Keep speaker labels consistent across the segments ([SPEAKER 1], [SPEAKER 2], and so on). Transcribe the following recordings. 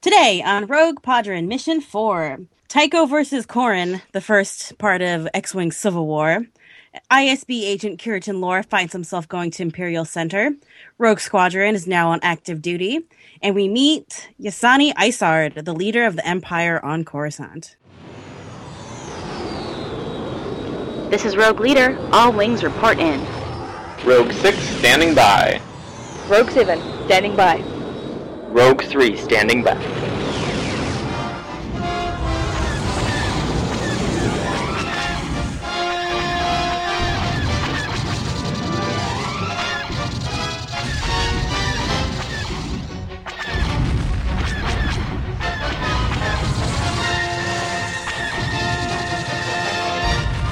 [SPEAKER 1] Today on Rogue Podrin Mission 4, Tycho versus Corin, the first part of X Wing Civil War. ISB agent Kiritan Lore finds himself going to Imperial Center. Rogue Squadron is now on active duty, and we meet Yasani Isard, the leader of the Empire on Coruscant.
[SPEAKER 2] This is Rogue Leader. All wings report in.
[SPEAKER 3] Rogue 6 standing by.
[SPEAKER 4] Rogue 7, standing by.
[SPEAKER 3] Rogue 3 standing by.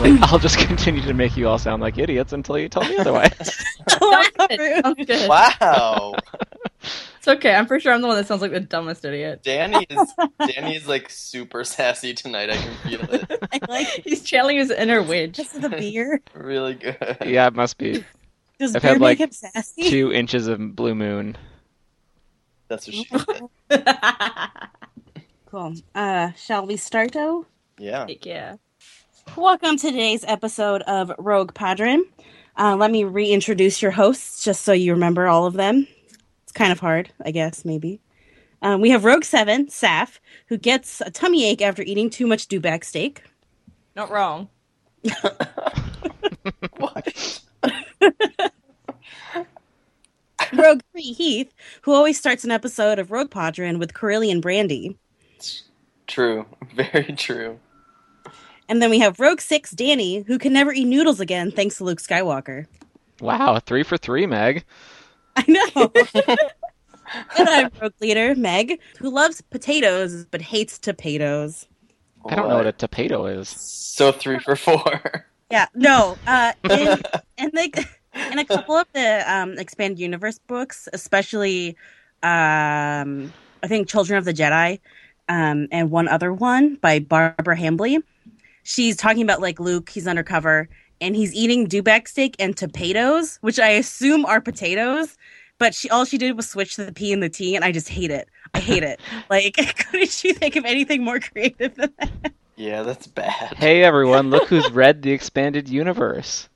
[SPEAKER 5] Like, I'll just continue to make you all sound like idiots until you tell me otherwise.
[SPEAKER 4] Sounds good. Sounds good.
[SPEAKER 6] Wow.
[SPEAKER 4] It's okay. I'm pretty sure I'm the one that sounds like the dumbest idiot.
[SPEAKER 6] Danny is Danny is like super sassy tonight. I can feel it.
[SPEAKER 1] I like it.
[SPEAKER 4] He's channeling his inner witch.
[SPEAKER 1] Just the beer.
[SPEAKER 6] Really good.
[SPEAKER 5] yeah, it must be
[SPEAKER 1] Does
[SPEAKER 5] I've
[SPEAKER 1] beer
[SPEAKER 5] had,
[SPEAKER 1] make
[SPEAKER 5] like,
[SPEAKER 1] him sassy?
[SPEAKER 5] two inches of blue moon.
[SPEAKER 6] That's what she said.
[SPEAKER 1] Cool. Uh, shall we start, though?
[SPEAKER 6] Yeah.
[SPEAKER 4] Heck yeah.
[SPEAKER 1] Welcome to today's episode of Rogue Padron. Uh, let me reintroduce your hosts just so you remember all of them. It's kind of hard, I guess, maybe. Um, we have Rogue 7, Saf, who gets a tummy ache after eating too much Dubak steak.
[SPEAKER 4] Not wrong.
[SPEAKER 6] What?
[SPEAKER 1] Rogue 3, Heath, who always starts an episode of Rogue Padron with Carillion Brandy.
[SPEAKER 6] True. Very true.
[SPEAKER 1] And then we have Rogue 6, Danny, who can never eat noodles again thanks to Luke Skywalker.
[SPEAKER 5] Wow, three for three, Meg.
[SPEAKER 1] I know. and I'm Rogue Leader, Meg, who loves potatoes but hates potatoes.
[SPEAKER 5] I don't know what a potato is.
[SPEAKER 6] So three for four.
[SPEAKER 1] Yeah, no. Uh, in, and like in a couple of the um, expanded universe books, especially um, I think Children of the Jedi um, and one other one by Barbara Hambly. She's talking about like Luke. He's undercover and he's eating dubak steak and potatoes, which I assume are potatoes. But she all she did was switch the P and the T, and I just hate it. I hate it. like, couldn't she think of anything more creative than that?
[SPEAKER 6] Yeah, that's bad.
[SPEAKER 5] Hey everyone, look who's read the expanded universe.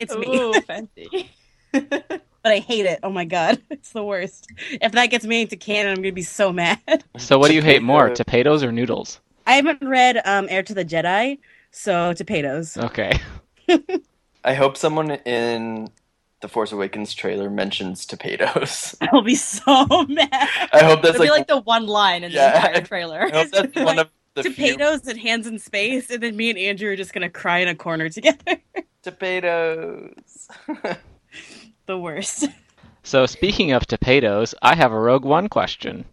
[SPEAKER 1] It's me.
[SPEAKER 4] Ooh, fancy.
[SPEAKER 1] but I hate it. Oh my god, it's the worst. If that gets made into canon, I'm gonna be so mad.
[SPEAKER 5] So what do you hate more, potatoes or noodles?
[SPEAKER 1] I haven't read um, Heir to the Jedi, so potatoes.
[SPEAKER 5] Okay.
[SPEAKER 6] I hope someone in the Force Awakens trailer mentions potatoes.
[SPEAKER 1] I'll be so mad.
[SPEAKER 6] I hope that's
[SPEAKER 4] It'd be
[SPEAKER 6] like,
[SPEAKER 4] like the one line in
[SPEAKER 6] Yeah.
[SPEAKER 4] the entire
[SPEAKER 6] I
[SPEAKER 4] trailer.
[SPEAKER 6] hope that's
[SPEAKER 1] like,
[SPEAKER 6] one of the few
[SPEAKER 1] potatoes and hands in space, and then me and Andrew are just gonna cry in a corner together.
[SPEAKER 6] potatoes.
[SPEAKER 1] the worst.
[SPEAKER 5] So speaking of potatoes, I have a Rogue One question.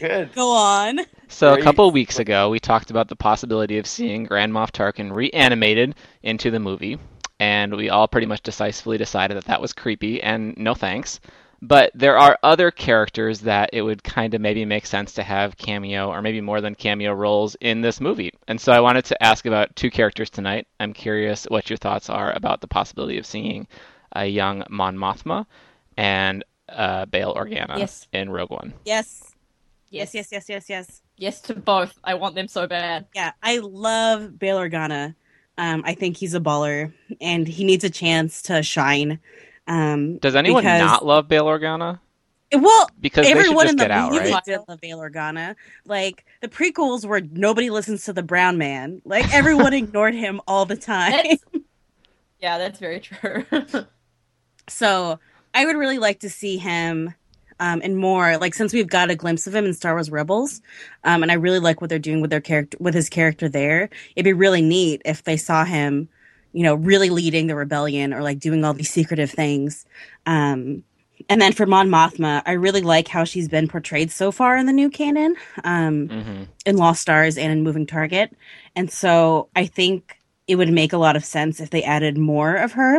[SPEAKER 6] Good.
[SPEAKER 1] Go on.
[SPEAKER 5] So
[SPEAKER 6] Great.
[SPEAKER 5] a couple weeks ago, we talked about the possibility of seeing Grand Moff Tarkin reanimated into the movie, and we all pretty much decisively decided that that was creepy and no thanks. But there are other characters that it would kind of maybe make sense to have cameo or maybe more than cameo roles in this movie. And so I wanted to ask about two characters tonight. I'm curious what your thoughts are about the possibility of seeing a young Mon Mothma and uh, Bail Organa
[SPEAKER 4] Yes.
[SPEAKER 5] in Rogue One.
[SPEAKER 1] Yes. Yes. Yes. Yes. Yes. Yes.
[SPEAKER 4] Yes to both. I want them so bad.
[SPEAKER 1] Yeah, I love Bail Organa. Um, I think he's a baller, and he needs a chance to shine. Um,
[SPEAKER 5] Does anyone
[SPEAKER 1] because-
[SPEAKER 5] not love Bail Organa?
[SPEAKER 1] well,
[SPEAKER 5] because
[SPEAKER 1] everyone
[SPEAKER 5] they
[SPEAKER 1] in
[SPEAKER 5] should just
[SPEAKER 1] the
[SPEAKER 5] get out,
[SPEAKER 1] movie
[SPEAKER 5] right?
[SPEAKER 1] did love Bail Organa. Like the prequels were nobody listens to the brown man. Like everyone ignored him all the time.
[SPEAKER 4] That's- yeah, that's very true.
[SPEAKER 1] So I would really like to see him um, and more. Like since we've got a glimpse of him in Star Wars Rebels, um, and I really like what they're doing with their character with his character there. It'd be really neat if they saw him, you know, really leading the rebellion or like doing all these secretive things. Um, and then for Mon Mothma, I really like how she's been portrayed so far in the new canon. Um,
[SPEAKER 5] Mm-hmm.
[SPEAKER 1] in Lost Stars and in Moving Target. And so I think it would make a lot of sense if they added more of her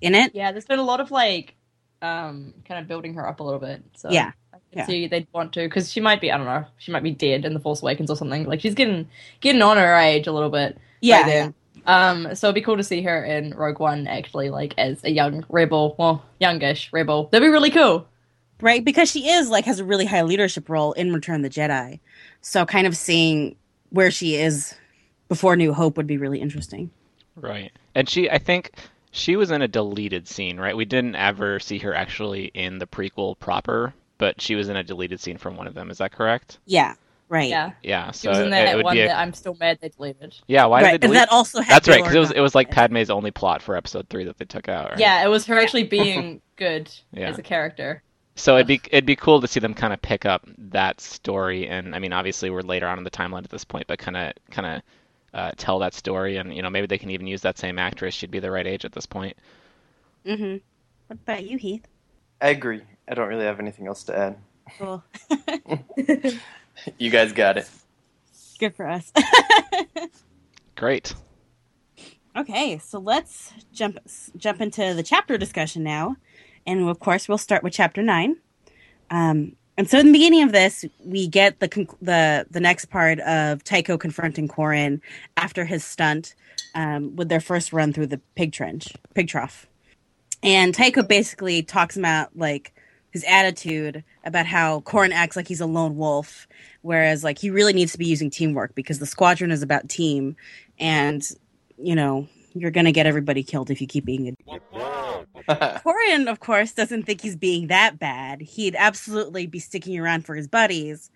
[SPEAKER 1] in it.
[SPEAKER 4] yeah, there's been a lot of like um kind of building her up a little bit. So
[SPEAKER 1] Yeah.
[SPEAKER 4] I can
[SPEAKER 1] Yeah.
[SPEAKER 4] see they'd want to because she might be I don't know, she might be dead in the Force Awakens or something. Like she's getting getting on her age a little bit.
[SPEAKER 1] Yeah.
[SPEAKER 4] by then. Um, so it'd be cool to see her in Rogue One actually, like as a young rebel, well, youngish rebel. That'd be really cool.
[SPEAKER 1] right? Because she is like has a really high leadership role in Return of the Jedi. So kind of seeing where she is before New Hope would be really interesting.
[SPEAKER 5] Right. And she, I think she was in a deleted scene, right? We didn't ever see her actually in the prequel proper, but she was in a deleted scene from one of them. Is that correct?
[SPEAKER 1] Yeah. Right.
[SPEAKER 4] Yeah.
[SPEAKER 5] Yeah.
[SPEAKER 4] She
[SPEAKER 5] So
[SPEAKER 4] was in
[SPEAKER 5] it
[SPEAKER 4] that
[SPEAKER 5] would
[SPEAKER 4] one
[SPEAKER 5] be a,
[SPEAKER 4] that I'm still mad they deleted.
[SPEAKER 5] yeah. Why
[SPEAKER 1] right.
[SPEAKER 5] did they
[SPEAKER 1] and
[SPEAKER 5] delete?
[SPEAKER 1] that also had
[SPEAKER 5] That's right,
[SPEAKER 1] Bail
[SPEAKER 5] because it was it was like
[SPEAKER 1] Organa.
[SPEAKER 5] Padme's only plot for Episode Three that they took out. Right?
[SPEAKER 4] Yeah, it was her actually being good
[SPEAKER 5] Yeah.
[SPEAKER 4] as a character.
[SPEAKER 5] So it'd be it'd be cool to see them kind of pick up that story, and I mean, obviously we're later on in the timeline at this point, but kind of kind of uh, tell that story, and you know maybe they can even use that same actress. She'd be the right age at this point.
[SPEAKER 1] Mhm. What about you, Heath?
[SPEAKER 6] I agree. I don't really have anything else to add.
[SPEAKER 1] Cool.
[SPEAKER 6] You guys got it.
[SPEAKER 1] Good for us.
[SPEAKER 5] Great.
[SPEAKER 1] okay, so let's jump jump into the chapter discussion now, and of course we'll start with chapter nine. Um, and so in the beginning of this, we get the conc- the the next part of Tycho confronting Corin after his stunt um, with their first run through the pig trench, pig trough. And Tycho basically talks about like his attitude about how Corin acts like he's a lone wolf, whereas like he really needs to be using teamwork because the squadron is about team, and you know you're gonna get everybody killed if you keep being a Corin, of course, doesn't think he's being that bad. He'd absolutely be sticking around for his buddies.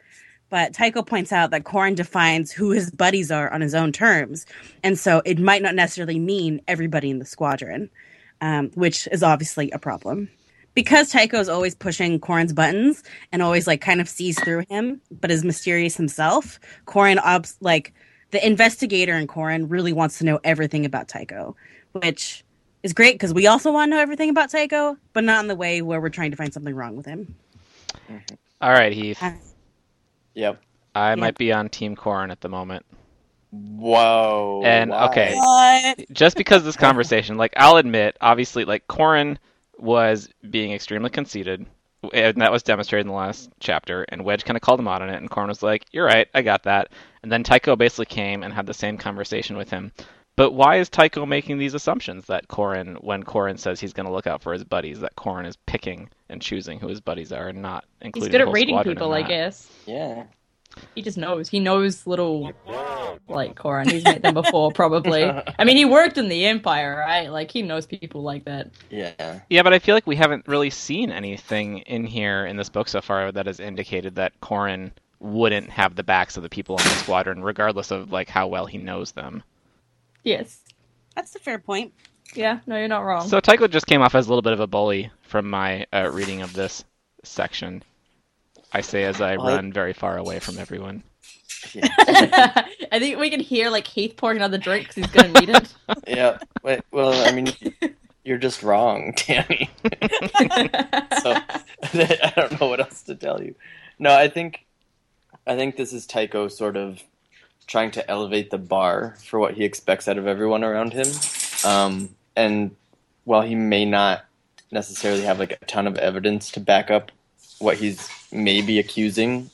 [SPEAKER 1] But Tycho points out that Corin defines who his buddies are on his own terms. And so it might not necessarily mean everybody in the squadron, um, which is obviously a problem. Because Tycho is always pushing Corin's buttons and always like kind of sees through him, but is mysterious himself, Corin, obs- like the investigator in Corin, really wants to know everything about Tycho, which is great because we also want to know everything about Tycho, but not in the way where we're trying to find something wrong with him.
[SPEAKER 5] All right, Heath.
[SPEAKER 1] Uh,
[SPEAKER 6] Yep.
[SPEAKER 5] I
[SPEAKER 1] yeah.
[SPEAKER 5] might be on Team Corin at the moment.
[SPEAKER 6] Whoa.
[SPEAKER 5] And, okay.
[SPEAKER 1] What?
[SPEAKER 5] just because this conversation, like I'll admit, obviously, like Corin was being extremely conceited, and that was demonstrated in the last chapter. And Wedge kind of called him out on it, and Corin was like, "You're right, I got that." And then Tycho basically came and had the same conversation with him. But why is Tycho making these assumptions that Corin, when Corin says he's going to look out for his buddies, that Corin is picking and choosing who his buddies are, and not
[SPEAKER 4] He's
[SPEAKER 5] including
[SPEAKER 4] good
[SPEAKER 5] the
[SPEAKER 4] at
[SPEAKER 5] whole
[SPEAKER 4] reading
[SPEAKER 5] squadron in
[SPEAKER 4] people, I
[SPEAKER 5] that?
[SPEAKER 4] guess.
[SPEAKER 6] Yeah.
[SPEAKER 4] He just knows. He knows little like Corin. He's met them before, probably. I mean, he worked in the Empire, right? Like he knows people like that.
[SPEAKER 6] Yeah.
[SPEAKER 5] Yeah, but I feel like we haven't really seen anything in here in this book so far that has indicated that Corin wouldn't have the backs of the people in the squadron, regardless of like how well he knows them.
[SPEAKER 4] Yes.
[SPEAKER 1] That's a fair point.
[SPEAKER 4] Yeah. No, you're not wrong.
[SPEAKER 5] So Tycho just came off as a little bit of a bully from my uh, reading of this section. I say as I
[SPEAKER 6] Well, I-
[SPEAKER 5] run very far away from everyone.
[SPEAKER 6] Yeah.
[SPEAKER 4] I think we can hear like Heath pouring another drink because he's gonna need it.
[SPEAKER 6] yeah. Wait, well, I mean, you're just wrong, Tammy. so I don't know what else to tell you. No, I think I think this is Tycho sort of trying to elevate the bar for what he expects out of everyone around him. Um, and while he may not necessarily have like a ton of evidence to back up what he's maybe accusing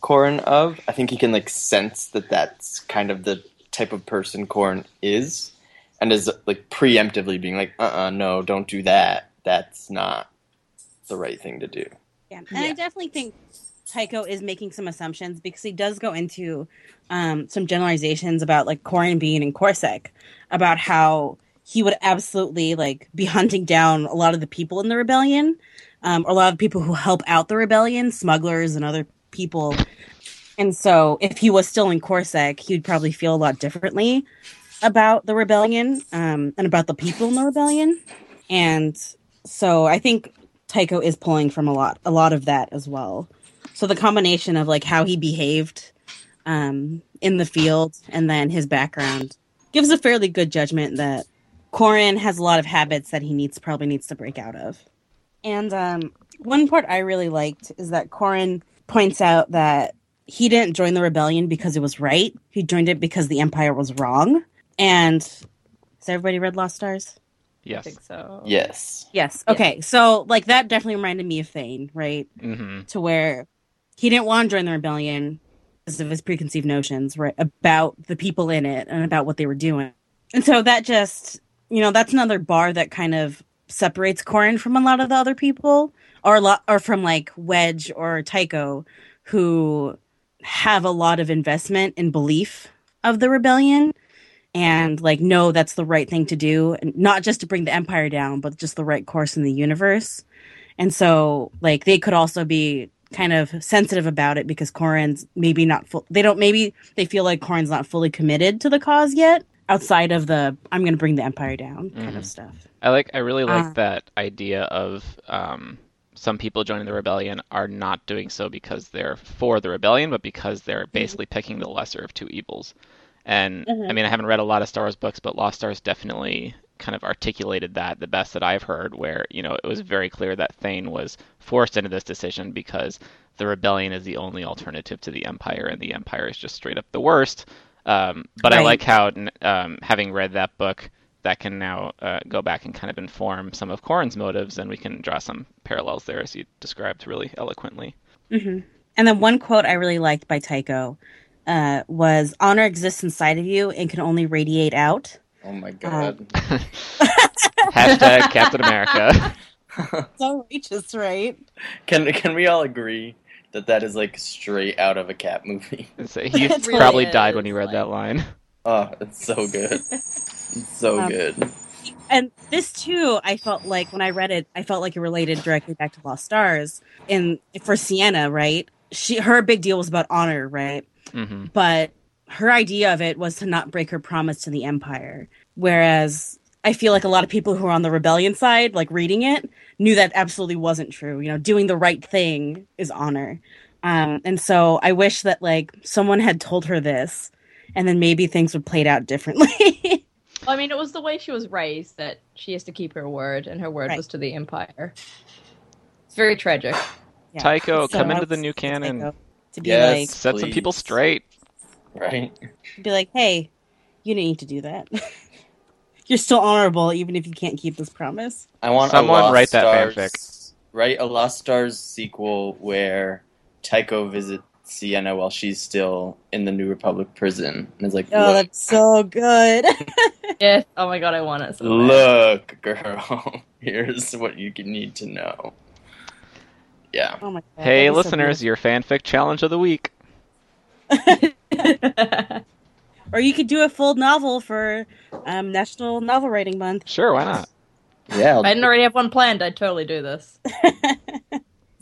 [SPEAKER 6] Corin of, I think he can like sense that that's kind of the type of person Corin is and is like preemptively being like, uh-uh, no, don't do that. That's not the right thing to do.
[SPEAKER 1] Yeah. And I definitely think Tycho is making some assumptions because he does go into um, some generalizations about like Corin being in Corsic, about how he would absolutely like be hunting down a lot of the people in the rebellion, um, or a lot of people who help out the rebellion, smugglers and other people. And so, if he was still in Corsic, he would probably feel a lot differently about the rebellion um, and about the people in the rebellion. And so, I think Tycho is pulling from a lot a lot of that as well. So the combination of like how he behaved um, in the field and then his background gives a fairly good judgment that Corin has a lot of habits that he needs probably needs to break out of. And um, one part I really liked is that Corin points out that he didn't join the rebellion because it was right. He joined it because the empire was wrong. And has everybody read Lost Stars?
[SPEAKER 4] I
[SPEAKER 5] Yes.
[SPEAKER 4] think
[SPEAKER 6] Oh.
[SPEAKER 4] so.
[SPEAKER 6] Yes.
[SPEAKER 1] Yes. Okay. So like that definitely reminded me of Thane, right?
[SPEAKER 5] hmm
[SPEAKER 1] To where he didn't want to join the rebellion because of his preconceived notions, right, about the people in it and about what they were doing. And so that just you know, that's another bar that kind of separates Corin from a lot of the other people or lo- or from like Wedge or Tycho, who have a lot of investment and belief of the rebellion, and like know that's the right thing to do, and not just to bring the empire down, but just the right course in the universe. And so, like, they could also be kind of sensitive about it because Corin's maybe not full. They don't. Maybe they feel like Corin's not fully committed to the cause yet. Outside of the, I'm going to bring the empire down kind of stuff.
[SPEAKER 5] I like. I really like
[SPEAKER 1] Uh.
[SPEAKER 5] that idea of um, some people joining the rebellion are not doing so because they're for the rebellion, but because they're basically picking the lesser of two evils. And I
[SPEAKER 1] Mhm.
[SPEAKER 5] mean, I haven't read a lot of Star Wars books, but Lost Stars definitely kind of articulated that the best that I've heard, where you know it was very clear that Thane was forced into this decision because the rebellion is the only alternative to the Empire, and the Empire is just straight up the worst. Um, but I
[SPEAKER 1] Right.
[SPEAKER 5] like how, n- um, having read that book, that can now uh, go back and kind of inform some of Corin's motives, and we can draw some parallels there, as you described really eloquently.
[SPEAKER 1] hmm And then one quote I really liked by Tycho uh, was "Honor exists inside of you and can only radiate out."
[SPEAKER 6] Oh
[SPEAKER 4] Uh,
[SPEAKER 6] my god.
[SPEAKER 5] Hashtag Captain America.
[SPEAKER 1] So righteous, right?
[SPEAKER 6] Can can we all agree that that is like straight out of a cat movie?
[SPEAKER 5] So he
[SPEAKER 4] It really
[SPEAKER 5] probably died when he
[SPEAKER 4] is,
[SPEAKER 5] read
[SPEAKER 4] like-
[SPEAKER 5] that line.
[SPEAKER 6] Oh, it's so good. It's so
[SPEAKER 1] Um,
[SPEAKER 6] good.
[SPEAKER 1] and this too i felt like when i read it i felt like it related directly back to lost stars and for sienna right she her big deal was about honor right
[SPEAKER 5] hmm
[SPEAKER 1] but her idea of it was to not break her promise to the empire whereas i feel like a lot of people who are on the rebellion side like reading it knew that absolutely wasn't true you know doing the right thing is honor um, and so i wish that like someone had told her this and then maybe things would played out differently
[SPEAKER 4] I mean, it was the way she was raised that she has to keep her word, and her word
[SPEAKER 1] Right.
[SPEAKER 4] was to the Empire. It's very tragic.
[SPEAKER 1] Yeah.
[SPEAKER 5] Tycho,
[SPEAKER 1] So
[SPEAKER 5] come
[SPEAKER 1] I
[SPEAKER 5] into the
[SPEAKER 1] was
[SPEAKER 5] new canon.
[SPEAKER 1] Tycho oh, to be
[SPEAKER 6] Yes.
[SPEAKER 5] Set some people
[SPEAKER 6] Please.
[SPEAKER 5] straight.
[SPEAKER 6] Right.
[SPEAKER 1] like be like hey you didn't need to do that you're still honorable even if you can't keep this promise
[SPEAKER 6] I want
[SPEAKER 5] Someone
[SPEAKER 6] a Lost
[SPEAKER 5] write that
[SPEAKER 6] Stars,
[SPEAKER 5] fanfic.
[SPEAKER 6] Write a Lost Stars sequel where Tycho visits Sienna while she's still in the New Republic prison, and it's like,
[SPEAKER 1] oh
[SPEAKER 6] look,
[SPEAKER 1] that's so good
[SPEAKER 4] Yes. Oh my god, I want it. so bad.
[SPEAKER 6] look, girl, here's what you can- need to know. Yeah,
[SPEAKER 1] oh my god
[SPEAKER 5] Hey,
[SPEAKER 1] that'd be so
[SPEAKER 5] listeners, your fanfic challenge of the week.
[SPEAKER 1] beautiful. or you could do a full novel for um, national novel writing month
[SPEAKER 5] Sure, why not?
[SPEAKER 6] yeah. I'll-
[SPEAKER 4] I didn't already have one planned. I'd totally do this.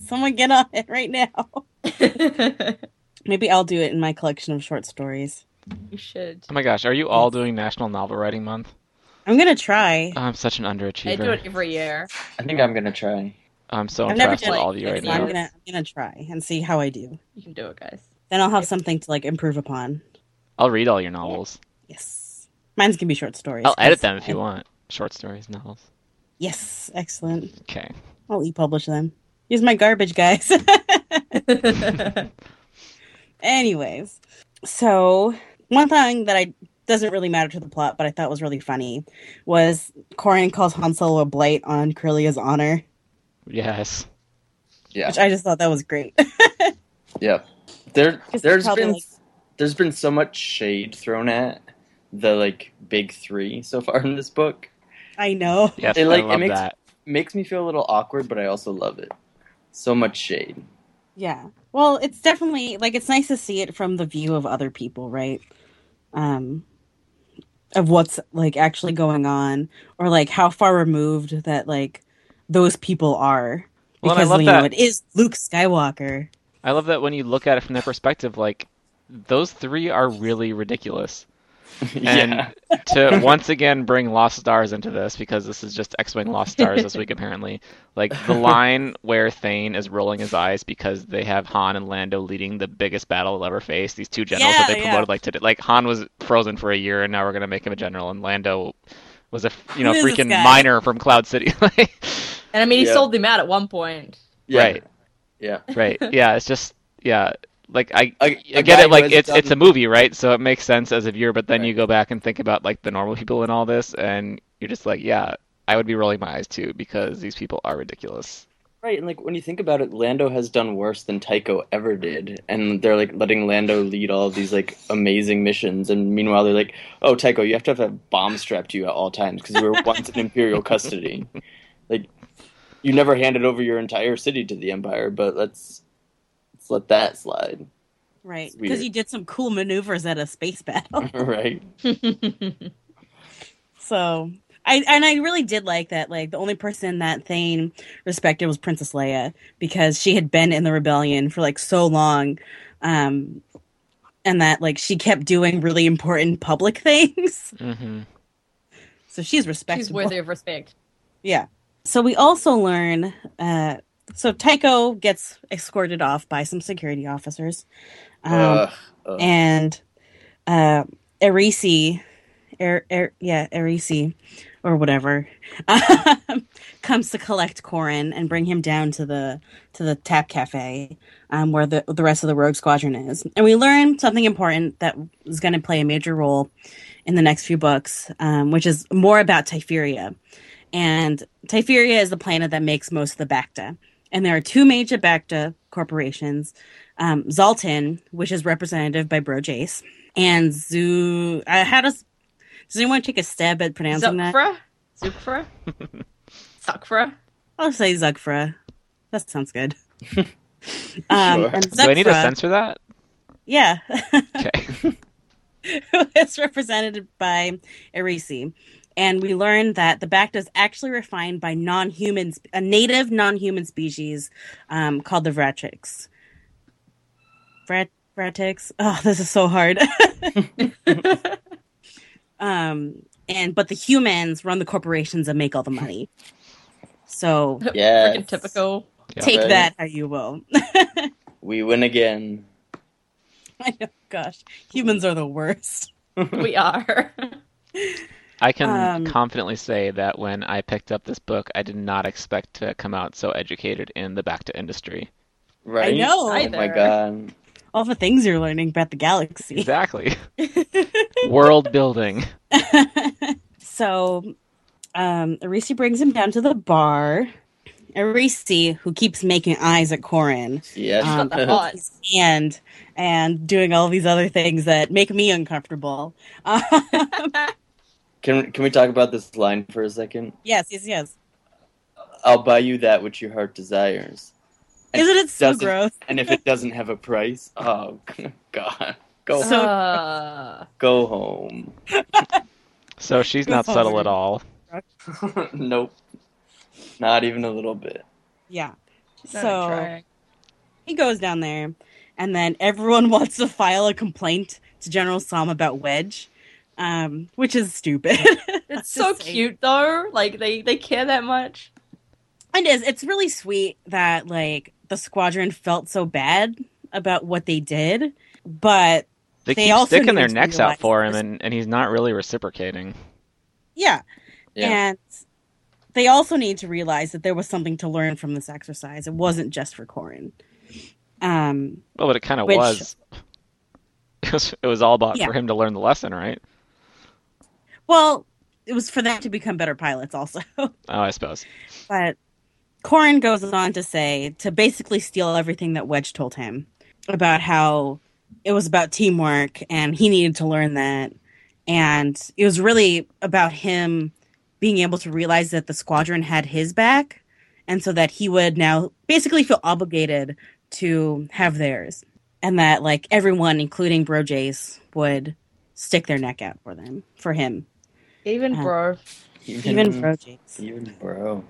[SPEAKER 1] someone get on it right now
[SPEAKER 4] you
[SPEAKER 1] maybe i'll do it in my collection of short stories
[SPEAKER 4] should.
[SPEAKER 5] Oh my gosh, are you all doing National Novel Writing Month?
[SPEAKER 1] i'm gonna try
[SPEAKER 5] Oh, I'm such an
[SPEAKER 4] I do
[SPEAKER 5] underachiever.
[SPEAKER 4] it every year.
[SPEAKER 6] I think I'm gonna try.
[SPEAKER 5] I'm so
[SPEAKER 1] I've never
[SPEAKER 5] impressed
[SPEAKER 1] done
[SPEAKER 5] with
[SPEAKER 1] it.
[SPEAKER 5] all of you right
[SPEAKER 4] It's
[SPEAKER 1] so
[SPEAKER 5] now.
[SPEAKER 1] i'm gonna i'm gonna try and see how i do
[SPEAKER 4] You can do it, guys.
[SPEAKER 1] then i'll have something to like improve upon
[SPEAKER 5] I'll read all your novels.
[SPEAKER 1] yes mine's gonna be short stories
[SPEAKER 5] I'll edit
[SPEAKER 1] 'cause
[SPEAKER 5] them if you
[SPEAKER 1] I-
[SPEAKER 5] want. Short stories, novels.
[SPEAKER 1] yes excellent
[SPEAKER 5] Okay.
[SPEAKER 1] I'll e-publish them. Use my garbage, guys. Anyways, so one thing that I doesn't really matter to the plot, but I thought was really funny was Corin calls Han Solo a blight on Corelia's honor,
[SPEAKER 5] Yes.
[SPEAKER 6] Yeah,
[SPEAKER 1] which I just thought that was great.
[SPEAKER 6] yeah. There,
[SPEAKER 1] 'Cause they're
[SPEAKER 6] there's
[SPEAKER 1] probably
[SPEAKER 6] been
[SPEAKER 1] like-
[SPEAKER 6] there's been so much shade thrown at the like big three so far in this book.
[SPEAKER 1] I know.
[SPEAKER 5] Yes,
[SPEAKER 6] It, like,
[SPEAKER 5] I
[SPEAKER 6] it
[SPEAKER 5] love
[SPEAKER 6] makes-
[SPEAKER 5] that.
[SPEAKER 6] Makes me feel a little awkward, but I also love it. So much shade.
[SPEAKER 1] Yeah. Well, it's definitely like it's nice to see it from the view of other people, right? Um of what's like actually going on or like how far removed that like those people are.
[SPEAKER 5] Well, and I
[SPEAKER 1] Because
[SPEAKER 5] love
[SPEAKER 1] you know
[SPEAKER 5] that-
[SPEAKER 1] it is Luke Skywalker.
[SPEAKER 5] I love that when you look at it from their perspective, like, those three are really ridiculous.
[SPEAKER 6] yeah.
[SPEAKER 5] And to once again bring Lost Stars into this, because this is just X Wing Lost Stars this week, apparently. Like, the line where Thane is rolling his eyes because they have Han and Lando leading the biggest battle they'll ever face, these two generals that
[SPEAKER 1] Yeah,
[SPEAKER 5] they
[SPEAKER 1] yeah.
[SPEAKER 5] promoted, like, today. Like, Han was frozen for a year, and now we're going to make him a general, and Lando was a, you know,
[SPEAKER 1] Who is this
[SPEAKER 5] freaking
[SPEAKER 1] guy?
[SPEAKER 5] miner from Cloud City. Like,
[SPEAKER 4] And I mean, he
[SPEAKER 6] Yeah.
[SPEAKER 4] sold them out at one point.
[SPEAKER 6] Yeah.
[SPEAKER 5] Right.
[SPEAKER 6] Yeah.
[SPEAKER 5] right. Yeah, it's just, yeah. Like, I,
[SPEAKER 6] A,
[SPEAKER 5] I
[SPEAKER 6] a
[SPEAKER 5] get
[SPEAKER 6] guy
[SPEAKER 5] it.
[SPEAKER 6] who
[SPEAKER 5] Like
[SPEAKER 6] has
[SPEAKER 5] it's
[SPEAKER 6] done-
[SPEAKER 5] it's a movie, right? So it makes sense as a viewer. But then you
[SPEAKER 6] Right.
[SPEAKER 5] go back and think about like the normal people in all this, and you're just like, yeah, I would be rolling my eyes too because these people are ridiculous.
[SPEAKER 6] right, and like when you think about it, Lando has done worse than Tycho ever did, and they're like letting Lando lead all of these like amazing missions, and meanwhile they're like, "Oh, Tycho, you have to have a bomb strapped to you at all times because you were once in Imperial custody." Like, you never handed over your entire city to the Empire, but let's let's let that slide,
[SPEAKER 1] Right.
[SPEAKER 6] It's
[SPEAKER 1] Because
[SPEAKER 6] weird.
[SPEAKER 1] you did some cool maneuvers at a space battle.
[SPEAKER 6] right?
[SPEAKER 1] so I and I really did like that. Like the only person that Thane respected was Princess Leia because she had been in the rebellion for like so long. Um and that like she kept doing really important public things.
[SPEAKER 5] hmm
[SPEAKER 1] So she's respectable.
[SPEAKER 4] She's worthy of respect.
[SPEAKER 1] Yeah. So we also learn. Uh, so Tycho gets escorted off by some security officers, um,
[SPEAKER 6] Ugh, ugh.
[SPEAKER 1] and uh, Erisi, er, er, yeah, Erisi, or whatever, um, comes to collect Corin and bring him down to the to the tap cafe um, where the the rest of the Rogue Squadron is, and we learn something important that is going to play a major role in the next few books, um, which is more about Typheria. And Typheria is the planet that makes most of the Bacta. And there are two major Bacta corporations um, Zaltan, which is representative by Bro Jace, and Zu. Uh, how does. Does anyone take a stab at pronouncing that?
[SPEAKER 4] Zukfra? Zukfra? Sukfra?
[SPEAKER 1] I'll say Zugfra. That sounds good. um,
[SPEAKER 6] Sure.
[SPEAKER 1] and
[SPEAKER 5] Do I need to
[SPEAKER 1] Zughra-
[SPEAKER 5] censor that?
[SPEAKER 1] Yeah.
[SPEAKER 5] Okay.
[SPEAKER 1] who is represented by Erisi. And we learn that the Bacta is actually refined by non-humans, a native non-human species um, called the Vratrix. Vrat- Vratrix. Oh, this is so hard. um, and but the humans run the corporations and make all the money. So
[SPEAKER 6] Yes.
[SPEAKER 4] Freaking typical.
[SPEAKER 5] Yeah.
[SPEAKER 1] take
[SPEAKER 6] Right.
[SPEAKER 1] that how you will.
[SPEAKER 6] we win again.
[SPEAKER 1] I know. Gosh, humans are the worst.
[SPEAKER 4] We are.
[SPEAKER 5] I can
[SPEAKER 1] Um,
[SPEAKER 5] confidently say that when I picked up this book, I did not expect to come out so educated in the back to industry.
[SPEAKER 6] Right?
[SPEAKER 1] know.
[SPEAKER 6] Oh my
[SPEAKER 4] Either.
[SPEAKER 6] god.
[SPEAKER 1] All the things you're learning about the galaxy.
[SPEAKER 5] Exactly. World building.
[SPEAKER 1] so um Arisi brings him down to the bar. Arisi, who keeps making eyes at Corin
[SPEAKER 6] Yes.
[SPEAKER 1] Um,
[SPEAKER 4] the odds.
[SPEAKER 1] and and doing all these other things that make me uncomfortable. Um,
[SPEAKER 6] can can we talk about this line for a second?
[SPEAKER 1] yes, yes, yes.
[SPEAKER 6] I'll buy you that which your heart desires. And
[SPEAKER 1] Isn't it so
[SPEAKER 6] doesn't-
[SPEAKER 1] gross?
[SPEAKER 6] And if it doesn't have a price, oh god, go
[SPEAKER 1] So-
[SPEAKER 4] Uh,
[SPEAKER 6] go home.
[SPEAKER 5] So she's not subtle at all.
[SPEAKER 6] nope, not even a little bit.
[SPEAKER 1] Yeah.
[SPEAKER 4] not
[SPEAKER 1] so
[SPEAKER 4] a try.
[SPEAKER 1] he goes down there, and then everyone wants to file a complaint to General Sam about Wedge, um, which is stupid.
[SPEAKER 4] it's so
[SPEAKER 1] Just saying.
[SPEAKER 4] cute though. Like they they care that much.
[SPEAKER 1] It is. It's really sweet that like the squadron felt so bad about what they did, but
[SPEAKER 5] They,
[SPEAKER 1] They
[SPEAKER 5] keep
[SPEAKER 1] also
[SPEAKER 5] sticking
[SPEAKER 1] need
[SPEAKER 5] their
[SPEAKER 1] to
[SPEAKER 5] necks out
[SPEAKER 1] realize
[SPEAKER 5] for him,
[SPEAKER 1] this-
[SPEAKER 5] and, and he's not really reciprocating.
[SPEAKER 1] yeah.
[SPEAKER 6] Yeah.
[SPEAKER 1] And they also need to realize that there was something to learn from this exercise. It wasn't just for Corin. Um,
[SPEAKER 5] Well, but it kind of
[SPEAKER 1] Which-
[SPEAKER 5] was. It was. It was all about
[SPEAKER 1] Yeah.
[SPEAKER 5] for him to learn the lesson, right?
[SPEAKER 1] well, it was for them to become better pilots also.
[SPEAKER 5] Oh, I suppose.
[SPEAKER 1] But Corin goes on to say to basically steal everything that Wedge told him about how it was about teamwork and he needed to learn that. And it was really about him being able to realize that the squadron had his back and so that he would now basically feel obligated to have theirs. And that like everyone, including Bro Jace, would stick their neck out for them for him.
[SPEAKER 4] Even
[SPEAKER 1] Uh,
[SPEAKER 4] bro.
[SPEAKER 6] Mm-hmm.
[SPEAKER 1] Even Bro Jace.
[SPEAKER 6] even bro.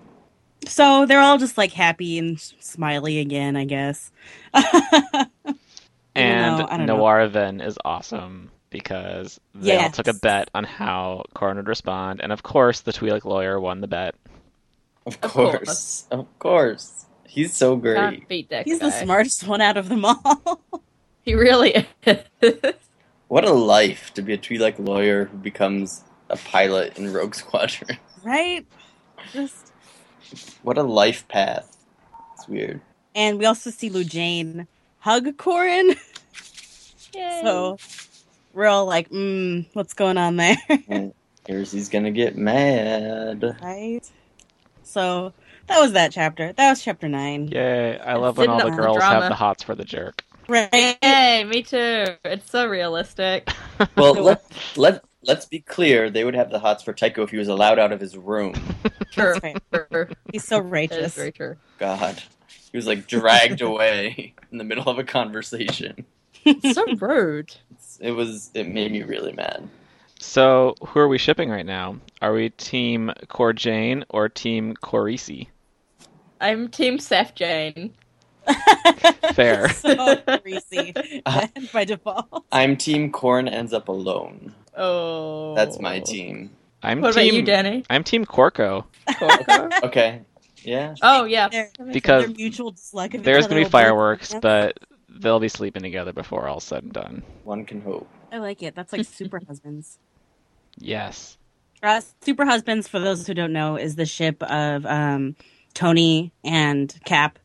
[SPEAKER 1] So they're all just like happy and smiley again, I guess. I don't
[SPEAKER 5] And
[SPEAKER 1] know, I don't know.
[SPEAKER 5] Noirven is awesome because they all took a
[SPEAKER 1] Yes.
[SPEAKER 5] bet on how Corin would respond, and of course, the Twi'lek lawyer won the bet.
[SPEAKER 6] Of
[SPEAKER 4] Of
[SPEAKER 6] course.
[SPEAKER 4] course.
[SPEAKER 6] Of course. He's so great.
[SPEAKER 4] Can't beat that
[SPEAKER 1] He's
[SPEAKER 4] guy.
[SPEAKER 1] the smartest one out of them all.
[SPEAKER 4] He really is.
[SPEAKER 6] What a life to be a Twi'lek lawyer who becomes a pilot in Rogue Squadron.
[SPEAKER 1] right? Just
[SPEAKER 6] What a life path. It's weird.
[SPEAKER 1] and we also see Lou Jane hug Corin.
[SPEAKER 4] Yay.
[SPEAKER 1] So we're all like, mm, what's going on there?
[SPEAKER 6] Here's he's gonna get mad.
[SPEAKER 1] right? So that was that chapter. That was chapter nine.
[SPEAKER 5] Yay! I
[SPEAKER 4] It's
[SPEAKER 5] love when all the
[SPEAKER 4] sitting on the
[SPEAKER 5] girls have
[SPEAKER 4] drama.
[SPEAKER 5] the hots for the jerk.
[SPEAKER 1] Right?
[SPEAKER 4] Yay, me too. It's so realistic.
[SPEAKER 6] Well,
[SPEAKER 1] So-
[SPEAKER 6] let let let's be clear, they would have the hots for Tycho if he was allowed out of his room.
[SPEAKER 4] Sure,
[SPEAKER 1] right.
[SPEAKER 4] sure.
[SPEAKER 1] He's so
[SPEAKER 4] That is
[SPEAKER 1] righteous.
[SPEAKER 4] very true.
[SPEAKER 6] God. He was like dragged away in the middle of a conversation.
[SPEAKER 4] so rude.
[SPEAKER 6] It was it made me really mad.
[SPEAKER 5] So, who are we shipping right now? Are we Team Core Jane or Team Corisi?
[SPEAKER 4] I'm Team Seth Jane.
[SPEAKER 5] Fair.
[SPEAKER 1] so greasy by default.
[SPEAKER 6] I'm team Corn ends up alone.
[SPEAKER 4] Oh,
[SPEAKER 6] That's my team.
[SPEAKER 5] I'm
[SPEAKER 4] What
[SPEAKER 5] Team
[SPEAKER 4] about you, Danny?
[SPEAKER 5] I'm Team Corco.
[SPEAKER 4] Corco?
[SPEAKER 6] Okay. Yeah.
[SPEAKER 4] oh yeah,
[SPEAKER 1] They're-
[SPEAKER 5] Because
[SPEAKER 1] their mutual dislike of each
[SPEAKER 5] There's
[SPEAKER 1] other
[SPEAKER 5] gonna
[SPEAKER 1] will
[SPEAKER 5] be
[SPEAKER 1] both-
[SPEAKER 5] fireworks, but they'll be sleeping together before all's said and done.
[SPEAKER 6] One can hope.
[SPEAKER 1] I like it. That's like super husbands.
[SPEAKER 5] Yes.
[SPEAKER 1] Uh, super husbands, for those who don't know, is the ship of um, Tony and Cap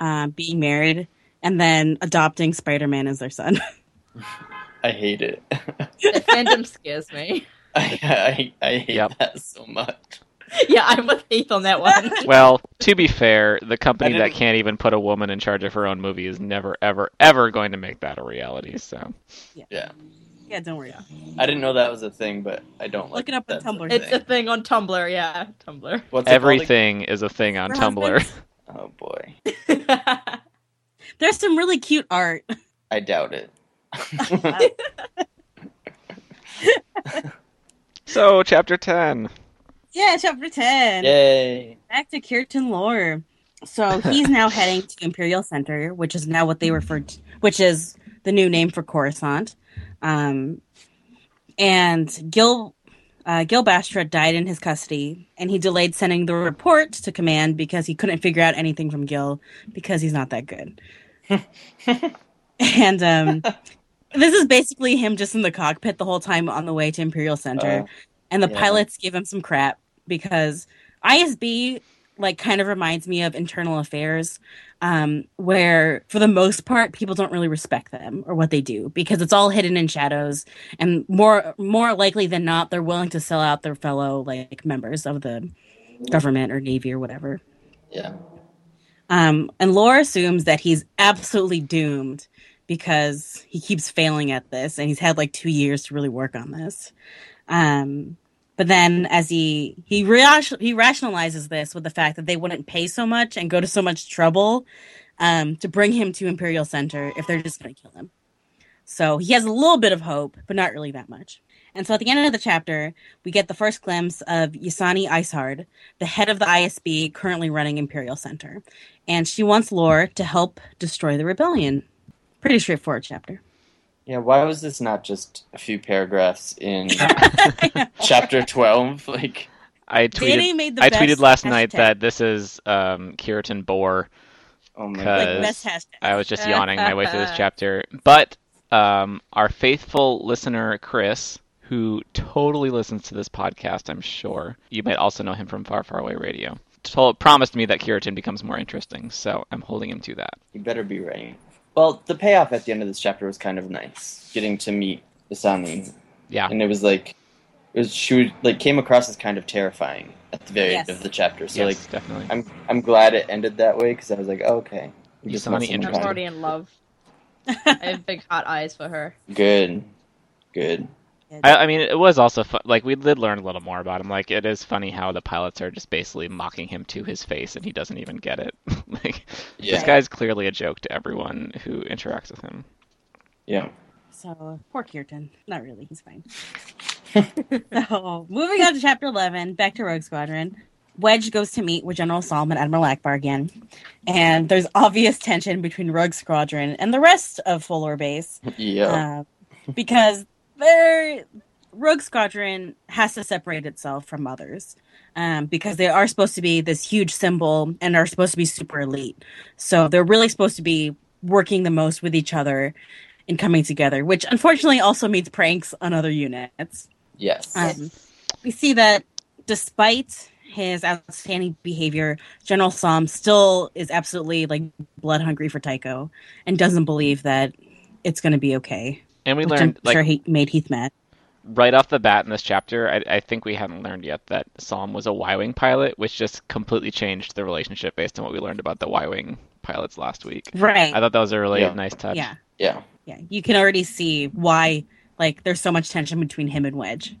[SPEAKER 1] uh, being married and then adopting Spider-Man as their son.
[SPEAKER 6] I hate it.
[SPEAKER 4] the fandom scares me.
[SPEAKER 6] I, I I hate
[SPEAKER 5] Yep.
[SPEAKER 6] that so much.
[SPEAKER 4] Yeah, I'm with Heath on that one.
[SPEAKER 5] Well, to be fair, the company
[SPEAKER 6] I
[SPEAKER 5] that
[SPEAKER 6] didn't-
[SPEAKER 5] can't even put a woman in charge of her own movie is never, ever, ever going to make that a reality. So,
[SPEAKER 6] Yeah.
[SPEAKER 1] yeah, don't worry.
[SPEAKER 6] I didn't know that was a thing, but I don't like
[SPEAKER 1] Look it up on
[SPEAKER 6] that's a
[SPEAKER 1] Tumblr.
[SPEAKER 6] thing.
[SPEAKER 4] It's a thing on Tumblr, yeah, Tumblr.
[SPEAKER 6] What's it called
[SPEAKER 5] everything is a thing on
[SPEAKER 1] Her
[SPEAKER 5] Tumblr.
[SPEAKER 1] husband's-
[SPEAKER 6] again? Oh boy.
[SPEAKER 1] There's some really cute art.
[SPEAKER 6] I doubt it.
[SPEAKER 5] So, chapter 10.
[SPEAKER 1] Yeah, chapter ten.
[SPEAKER 6] Yay.
[SPEAKER 1] Back to Kirtan lore. So he's now heading to Imperial Center, which is now what they refer to, which is the new name for Coruscant. Um, and Gil, uh, Gil Bastra died in his custody, and he delayed sending the report to command because he couldn't figure out anything from Gil because he's not that good. and um, this is basically him just in the cockpit the whole time on the way to Imperial Center
[SPEAKER 6] Uh,
[SPEAKER 1] and the
[SPEAKER 6] Yeah.
[SPEAKER 1] pilots give him some crap because ISB like kind of reminds me of internal affairs um where for the most part people don't really respect them or what they do because it's all hidden in shadows and more more likely than not they're willing to sell out their fellow like members of the government or navy or whatever
[SPEAKER 6] yeah.
[SPEAKER 1] um, and Laura assumes that he's absolutely doomed because he keeps failing at this and he's had like two years to really work on this. Um, but then as he he, ration- he rationalizes this with the fact that they wouldn't pay so much and go to so much trouble um, to bring him to Imperial Center if they're just going to kill him. So he has a little bit of hope, but not really that much. And so at the end of the chapter, we get the first glimpse of Yasani Ishard, the head of the ISB currently running Imperial Center and she wants Lore to help destroy the rebellion. Pretty straightforward chapter.
[SPEAKER 6] Yeah, why was this not just a few paragraphs in chapter 12? Like,
[SPEAKER 5] I tweeted,
[SPEAKER 1] Danny made the
[SPEAKER 5] I
[SPEAKER 1] best
[SPEAKER 5] tweeted last night
[SPEAKER 1] hashtag.
[SPEAKER 5] that this is um, Kiritan Bohr.
[SPEAKER 6] oh my
[SPEAKER 5] Cut.
[SPEAKER 1] like
[SPEAKER 6] god.
[SPEAKER 5] is-
[SPEAKER 1] best hashtag.
[SPEAKER 5] uh, I was just yawning my way through this chapter. But um, our faithful listener, Chris, who totally listens to this podcast, I'm sure, you might also know him from Far Far Away Radio, told, promised me that Kiritan becomes more interesting, so I'm holding him to that.
[SPEAKER 6] You better be right. Well, the payoff at the end of this chapter was kind of nice. Getting to meet Isami.
[SPEAKER 5] Yeah.
[SPEAKER 6] And it was like, it was, she would, like came across as kind of terrifying at the very
[SPEAKER 1] Yes.
[SPEAKER 6] end of the chapter. So,
[SPEAKER 5] yes,
[SPEAKER 6] like,
[SPEAKER 5] definitely.
[SPEAKER 6] I'm I'm glad it ended that way because I was like, oh, okay. We just
[SPEAKER 5] Isami
[SPEAKER 6] want some
[SPEAKER 4] I'm
[SPEAKER 5] interesting.
[SPEAKER 6] time.
[SPEAKER 4] already in love. I have big hot eyes for her.
[SPEAKER 6] Good. Good.
[SPEAKER 5] I, I mean, it was also fun. Like, we did learn a little more about him. Like, it is funny how the pilots are just basically mocking him to his face, and he doesn't even get it. like,
[SPEAKER 6] Yeah.
[SPEAKER 5] this guy's clearly a joke to everyone who interacts with him.
[SPEAKER 6] Yeah.
[SPEAKER 1] So poor Kirtan. Not really. He's fine. so moving on to chapter eleven, back to Rogue Squadron. Wedge goes to meet with General Salm and Admiral Akbar again, and there's obvious tension between Rogue Squadron and the rest of Fuller Base.
[SPEAKER 6] Yeah.
[SPEAKER 1] uh, because their Rogue Squadron has to separate itself from others um, because they are supposed to be this huge symbol and are supposed to be super elite. So they're really supposed to be working the most with each other and coming together, which unfortunately also means pranks on other units.
[SPEAKER 6] yes.
[SPEAKER 1] Um, we see that despite his outstanding behavior, General Som still is absolutely like blood hungry for Tycho and doesn't believe that it's going to be okay.
[SPEAKER 5] And we
[SPEAKER 1] Which
[SPEAKER 5] learned,
[SPEAKER 1] I'm
[SPEAKER 5] like,
[SPEAKER 1] sure he made Heath mad.
[SPEAKER 5] right off the bat in this chapter, I, I think we hadn't learned yet that Solom was a Y Wing pilot, which just completely changed the relationship based on what we learned about the Y Wing pilots last week.
[SPEAKER 1] Right.
[SPEAKER 5] I thought that was a really
[SPEAKER 6] Yeah.
[SPEAKER 5] nice touch.
[SPEAKER 1] yeah.
[SPEAKER 6] yeah.
[SPEAKER 1] Yeah. You can already see why Like there's so much tension between him and Wedge.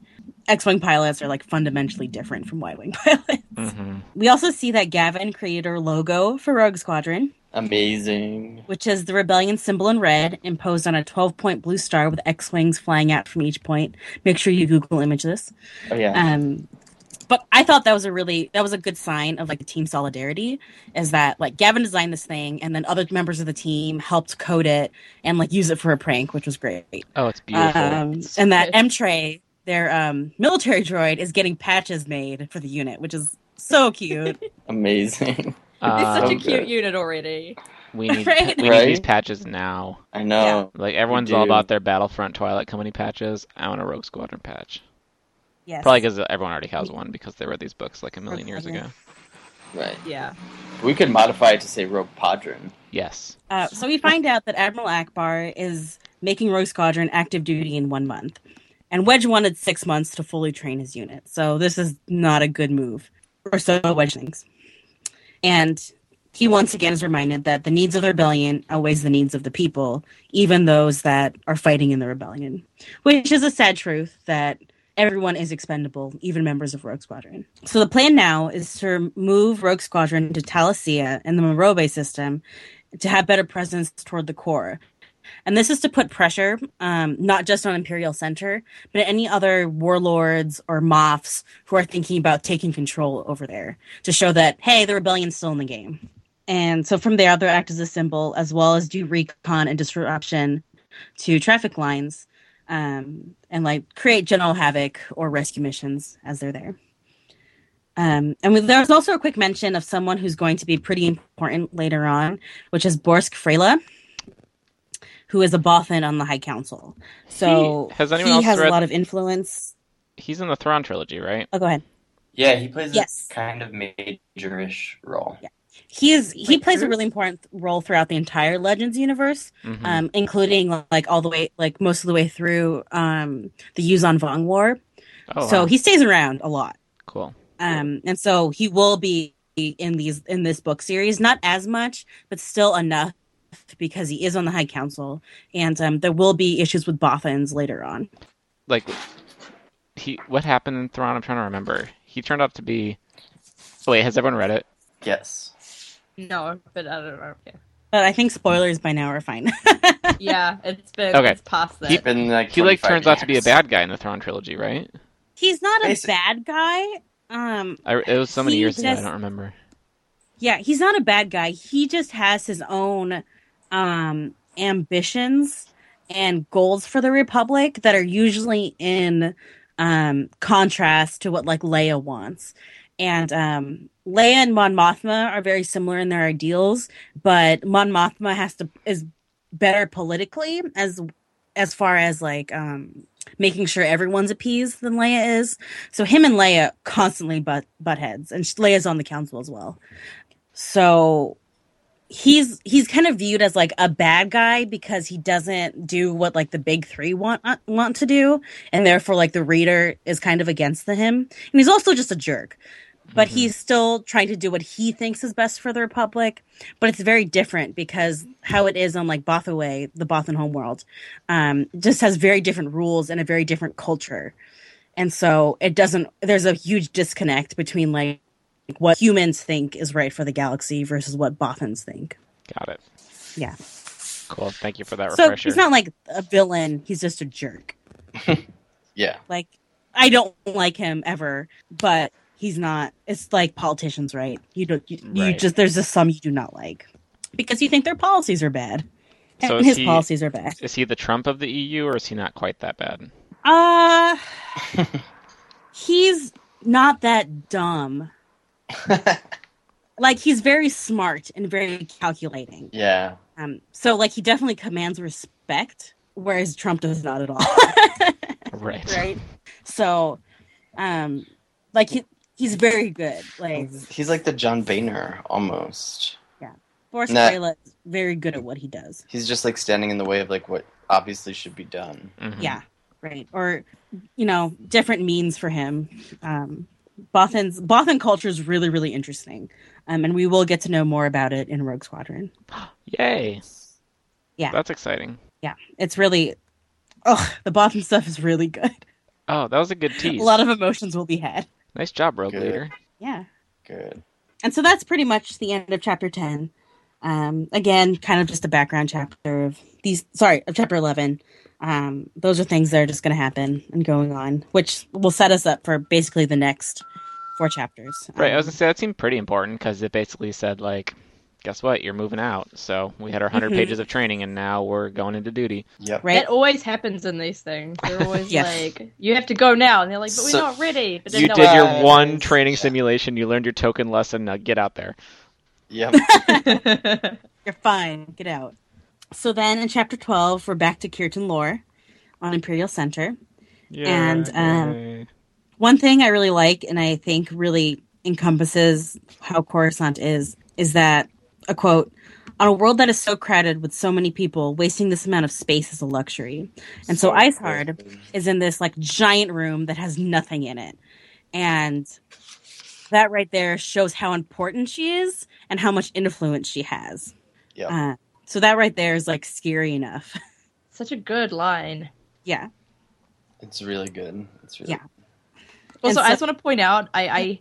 [SPEAKER 1] X-wing pilots are like fundamentally different from Y-wing pilots.
[SPEAKER 5] hmm
[SPEAKER 1] We also see that Gavin created our logo for Rogue Squadron,
[SPEAKER 6] Amazing.
[SPEAKER 1] which is the rebellion symbol in red, imposed on a 12-point blue star with X-wings flying out from each point. Make sure you Google image this.
[SPEAKER 6] Oh yeah.
[SPEAKER 1] Um, but I thought that was a really that was a good sign of like the team solidarity is that like Gavin designed this thing and then other members of the team helped code it and like use it for a prank, which was great.
[SPEAKER 5] Oh, it's beautiful.
[SPEAKER 1] Um, and that
[SPEAKER 4] Yes.
[SPEAKER 1] M Tray, their um, military droid, is getting patches made for the unit, which is so cute.
[SPEAKER 6] Amazing.
[SPEAKER 5] Um,
[SPEAKER 4] it's such a
[SPEAKER 6] Um,
[SPEAKER 4] cute unit already.
[SPEAKER 5] we need
[SPEAKER 1] Right?
[SPEAKER 5] we
[SPEAKER 6] Right?
[SPEAKER 5] need these patches now.
[SPEAKER 6] I know.
[SPEAKER 5] Like everyone's all
[SPEAKER 6] do.
[SPEAKER 5] about their Battlefront Twilight Company patches. I want a Rogue Squadron patch.
[SPEAKER 1] yes.
[SPEAKER 5] Probably because everyone already has one because they read these books like a million years ago.
[SPEAKER 6] Right.
[SPEAKER 4] Yeah.
[SPEAKER 6] We could modify it to say Rogue Padron.
[SPEAKER 5] Yes.
[SPEAKER 1] Uh, so we find out that Admiral Akbar is making Rogue Squadron active duty in one month. And Wedge wanted six months to fully train his unit. So this is not a good move. Or so Wedge thinks. And he once again is reminded that the needs of the rebellion outweighs the needs of the people, even those that are fighting in the rebellion. Which is a sad truth that everyone is expendable, even members of Rogue Squadron. So the plan now is to move Rogue Squadron to Talasia and the Morobe system to have better presence toward the core. And this is to put pressure, um, not just on Imperial Center, but any other warlords or moffs who are thinking about taking control over there to show that, hey, the rebellion's still in the game. And so from there, they'll act as a symbol as well as do recon and disruption to traffic lines um, and like create general havoc or rescue missions as they're there. Um, and with, there was also a quick mention of someone who's going to be pretty important later on, which is Borsk Frela, who is a Bothan on the High Council. So
[SPEAKER 5] He- has anyone
[SPEAKER 1] he
[SPEAKER 5] else
[SPEAKER 1] has
[SPEAKER 5] read-
[SPEAKER 1] a lot of influence.
[SPEAKER 5] He's in the Thrawn trilogy, right?
[SPEAKER 1] Oh, go ahead.
[SPEAKER 6] Yeah, he plays
[SPEAKER 1] Yes.
[SPEAKER 6] a kind of majorish role.
[SPEAKER 1] He is. He
[SPEAKER 4] Wait,
[SPEAKER 1] plays a
[SPEAKER 4] who?
[SPEAKER 1] really important role throughout the entire Legends universe,
[SPEAKER 5] Mm-hmm.
[SPEAKER 1] um, including like all the way, like most of the way through um, the Yuzon Vong War.
[SPEAKER 5] oh,
[SPEAKER 1] so
[SPEAKER 5] wow.
[SPEAKER 1] he stays around a lot.
[SPEAKER 5] cool.
[SPEAKER 1] um and so he will be in these in this book series not as much but still enough because he is on the high council and um there will be issues with boffins later on
[SPEAKER 5] Like he, what happened in Thrawn? I'm trying to remember. He turned out to be. Oh, wait, has everyone read it?
[SPEAKER 6] Yes.
[SPEAKER 4] No, but I don't know. Yeah,
[SPEAKER 1] but i
[SPEAKER 5] Hmm.
[SPEAKER 1] think spoilers by now are fine
[SPEAKER 4] yeah it's been
[SPEAKER 5] Okay.
[SPEAKER 4] it's past that.
[SPEAKER 5] He-
[SPEAKER 6] Been like
[SPEAKER 5] He like
[SPEAKER 6] 25
[SPEAKER 5] turns out to be a
[SPEAKER 6] years.
[SPEAKER 5] bad guy in the Thrawn trilogy, right?
[SPEAKER 1] he's not a
[SPEAKER 6] Basic-
[SPEAKER 1] bad guy um
[SPEAKER 5] I, it was so many
[SPEAKER 1] He
[SPEAKER 5] years ago. I
[SPEAKER 1] just-
[SPEAKER 5] don't remember.
[SPEAKER 1] yeah he's not a bad guy he just has his own um ambitions and goals for the republic that are usually in um contrast to what like leia wants and um leia and mon mothma are very similar in their ideals but mon mothma has to is better politically as as far as like um making sure everyone's appeased than leia is so him and leia constantly butt butt heads and sh- leia's on the council as well so he's he's kind of viewed as like a bad guy because he doesn't do what like the big three want uh, want to do and therefore like the reader is kind of against the him and he's also just a jerk but
[SPEAKER 5] Mhm.
[SPEAKER 1] he's still trying to do what he thinks is best for the republic but it's very different because how it is on like bothaway the bothan homeworld um, just has very different rules and a very different culture and so it doesn't there's a huge disconnect between like what humans think is right for the galaxy versus what boffins think.
[SPEAKER 5] Got it.
[SPEAKER 1] Yeah.
[SPEAKER 5] Cool. Thank you for that
[SPEAKER 1] So
[SPEAKER 5] refresher.
[SPEAKER 1] he's not like a villain, he's just a jerk.
[SPEAKER 6] Yeah.
[SPEAKER 1] Like I don't like him ever, but he's not it's like politicians, right? You don't you, you
[SPEAKER 5] Right.
[SPEAKER 1] just there's just some you do not like because you think their policies are bad. And
[SPEAKER 5] So is
[SPEAKER 1] his
[SPEAKER 5] he-
[SPEAKER 1] policies are bad.
[SPEAKER 5] Is he the Trump of the EU, or is he not quite that bad?
[SPEAKER 1] Uh he's not that dumb. like he's very smart and very calculating.
[SPEAKER 6] yeah.
[SPEAKER 1] Um, so like he definitely commands respect, whereas Trump does not at all.
[SPEAKER 5] Right.
[SPEAKER 1] right? So, um, like he he's very good. Like
[SPEAKER 6] He's like the John Boehner almost.
[SPEAKER 1] Boris
[SPEAKER 6] Nah.
[SPEAKER 1] Karela is very good at what he does.
[SPEAKER 6] He's just like standing in the way of like what obviously should be done.
[SPEAKER 5] Mhm.
[SPEAKER 1] Yeah, right. Or you know, different means for him. Um, Bothan's Bothan culture is really really interesting, um, and we will get to know more about it in Rogue Squadron.
[SPEAKER 5] Yay.
[SPEAKER 1] Yeah.
[SPEAKER 5] That's exciting.
[SPEAKER 1] It's really Oh, the bottom stuff is really good.
[SPEAKER 5] Oh, that was a good tease.
[SPEAKER 1] A lot of emotions will be had.
[SPEAKER 5] nice job, Rogue
[SPEAKER 6] Good.
[SPEAKER 5] Leader.
[SPEAKER 1] Yeah.
[SPEAKER 6] Good.
[SPEAKER 1] And so that's pretty much the end of chapter 10. Um, again, kind of just a background chapter of these, sorry, of chapter 11. Um, those are things that are just going to happen and going on, which will set us up for basically the next four chapters.
[SPEAKER 5] Right, I
[SPEAKER 1] Um,
[SPEAKER 5] was gonna say that seemed pretty important because it basically said like, guess what, you're moving out. So we had our 100
[SPEAKER 1] Mhm.
[SPEAKER 5] pages of training, and now we're going into duty.
[SPEAKER 6] Yep.
[SPEAKER 1] right? Oh,
[SPEAKER 4] That always happens in these things. They're always
[SPEAKER 1] Yes.
[SPEAKER 4] like, "You have to go now," and they're like, "But we're
[SPEAKER 6] So-
[SPEAKER 4] not ready." But then
[SPEAKER 5] You
[SPEAKER 4] they'll-
[SPEAKER 5] did your
[SPEAKER 6] Nice.
[SPEAKER 5] one training simulation. You learned your token lesson. Now get out there.
[SPEAKER 6] Yep.
[SPEAKER 1] You're fine. Get out. So then in chapter 12, we're back to Kirtan Lore on Imperial Center. And, um, One thing I really like and I think really encompasses how Coruscant is is that a quote on a world that is so crowded with so many people, wasting this amount of space is a luxury. And so, Icehard is in this like giant room that has nothing in it. And that right there shows how important she is and how much influence she has.
[SPEAKER 6] Yep.
[SPEAKER 1] Uh, so that right there is like scary enough.
[SPEAKER 4] Such a good line.
[SPEAKER 1] yeah.
[SPEAKER 6] It's really good. It's really
[SPEAKER 1] Yeah. And
[SPEAKER 4] Also, I
[SPEAKER 1] so-
[SPEAKER 4] just want to point out, I, I,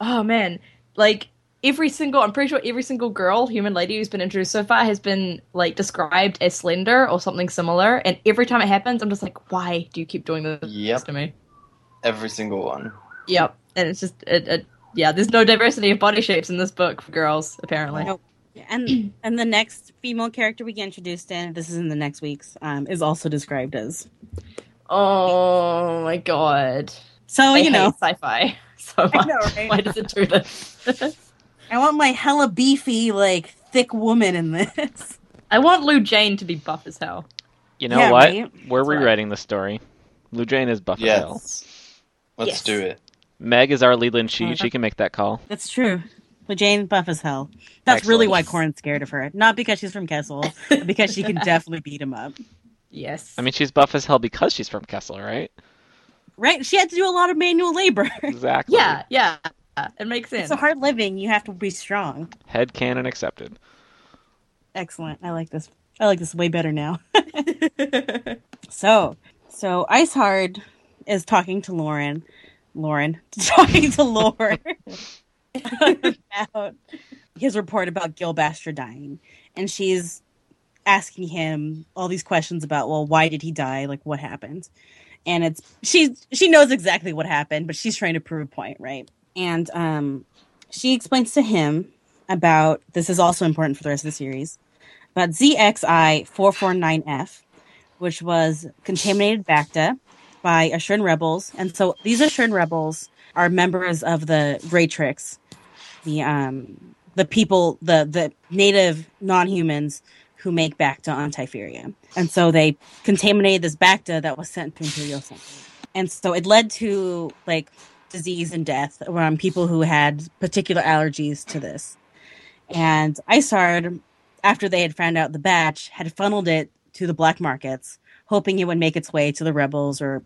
[SPEAKER 4] oh man, like every single, I'm pretty sure every single girl, human lady who's been introduced so far has been like described as slender or something similar. And every time it happens, I'm just like, why do you keep doing this
[SPEAKER 6] Yep.
[SPEAKER 4] to me?
[SPEAKER 6] Every single one.
[SPEAKER 4] Yep. And it's just, it, it, yeah, there's no diversity of body shapes in this book for girls, apparently.
[SPEAKER 1] Nope. And and the next female character we get introduced in, this is in the next week's, um, is also described as.
[SPEAKER 4] Oh my god.
[SPEAKER 1] So
[SPEAKER 4] I
[SPEAKER 1] you know,
[SPEAKER 4] hate sci-fi so much.
[SPEAKER 1] know, right?
[SPEAKER 4] Why does it do this?
[SPEAKER 1] I want my hella beefy, like thick woman in this.
[SPEAKER 4] I want Lou Jane to be buff as hell.
[SPEAKER 5] You know
[SPEAKER 1] Yeah,
[SPEAKER 5] what?
[SPEAKER 1] right?
[SPEAKER 5] We're
[SPEAKER 4] That's right.
[SPEAKER 5] rewriting the story. Lou Jane is Buff as hell.
[SPEAKER 6] Yes. Let's
[SPEAKER 4] Yes.
[SPEAKER 6] do it.
[SPEAKER 5] Meg is our Leland She.
[SPEAKER 1] Uh-huh.
[SPEAKER 5] She can make that call.
[SPEAKER 1] That's true. But Jane buff as hell. That's really
[SPEAKER 5] Excellent.
[SPEAKER 1] why Corin's scared of her. Not because she's from Kessel, but because she can definitely beat him up.
[SPEAKER 4] Yes.
[SPEAKER 5] I mean, she's Buff as hell because she's from Kessel, right?
[SPEAKER 1] Right? She had to do a lot of manual labor.
[SPEAKER 5] Exactly.
[SPEAKER 4] yeah, yeah. It makes sense.
[SPEAKER 1] it's a hard living. You have to be strong.
[SPEAKER 5] Head canon accepted.
[SPEAKER 1] Excellent. I like this. I like this way better now. So, so Icehard is talking to Lauren. Lauren talking to Lauren about his report about Gilbaster dying, and she's asking him all these questions about, well, why did he die? Like, what happened? And it's she she knows exactly what happened, but she's trying to prove a point, right? And um, she explains to him about this is also important for the rest of the series about ZXI four four nine F which was contaminated Bacta by Assured rebels. And so these Assured rebels are members of the Grey Tricks, the um the people the the native non humans who make Bacta on Typheria. And so they contaminated this Bacta that was sent to Imperial Center. And so it led to like disease and death around people who had particular allergies to this. And Isard, after they had found out the batch, had funneled it to the black markets, hoping it would make its way to the rebels or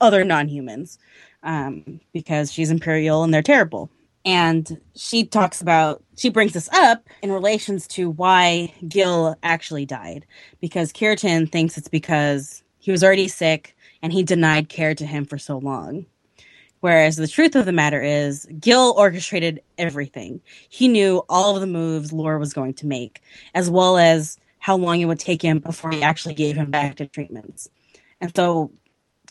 [SPEAKER 1] other non humans um, because she's imperial and they're terrible. And she talks about, she brings this up in relations to why Gil actually died because Kiritan thinks it's because he was already sick and he denied care to him for so long. Whereas the truth of the matter is, Gil orchestrated everything. He knew all of the moves Laura was going to make, as well as how long it would take him before he actually gave him back to treatments. And so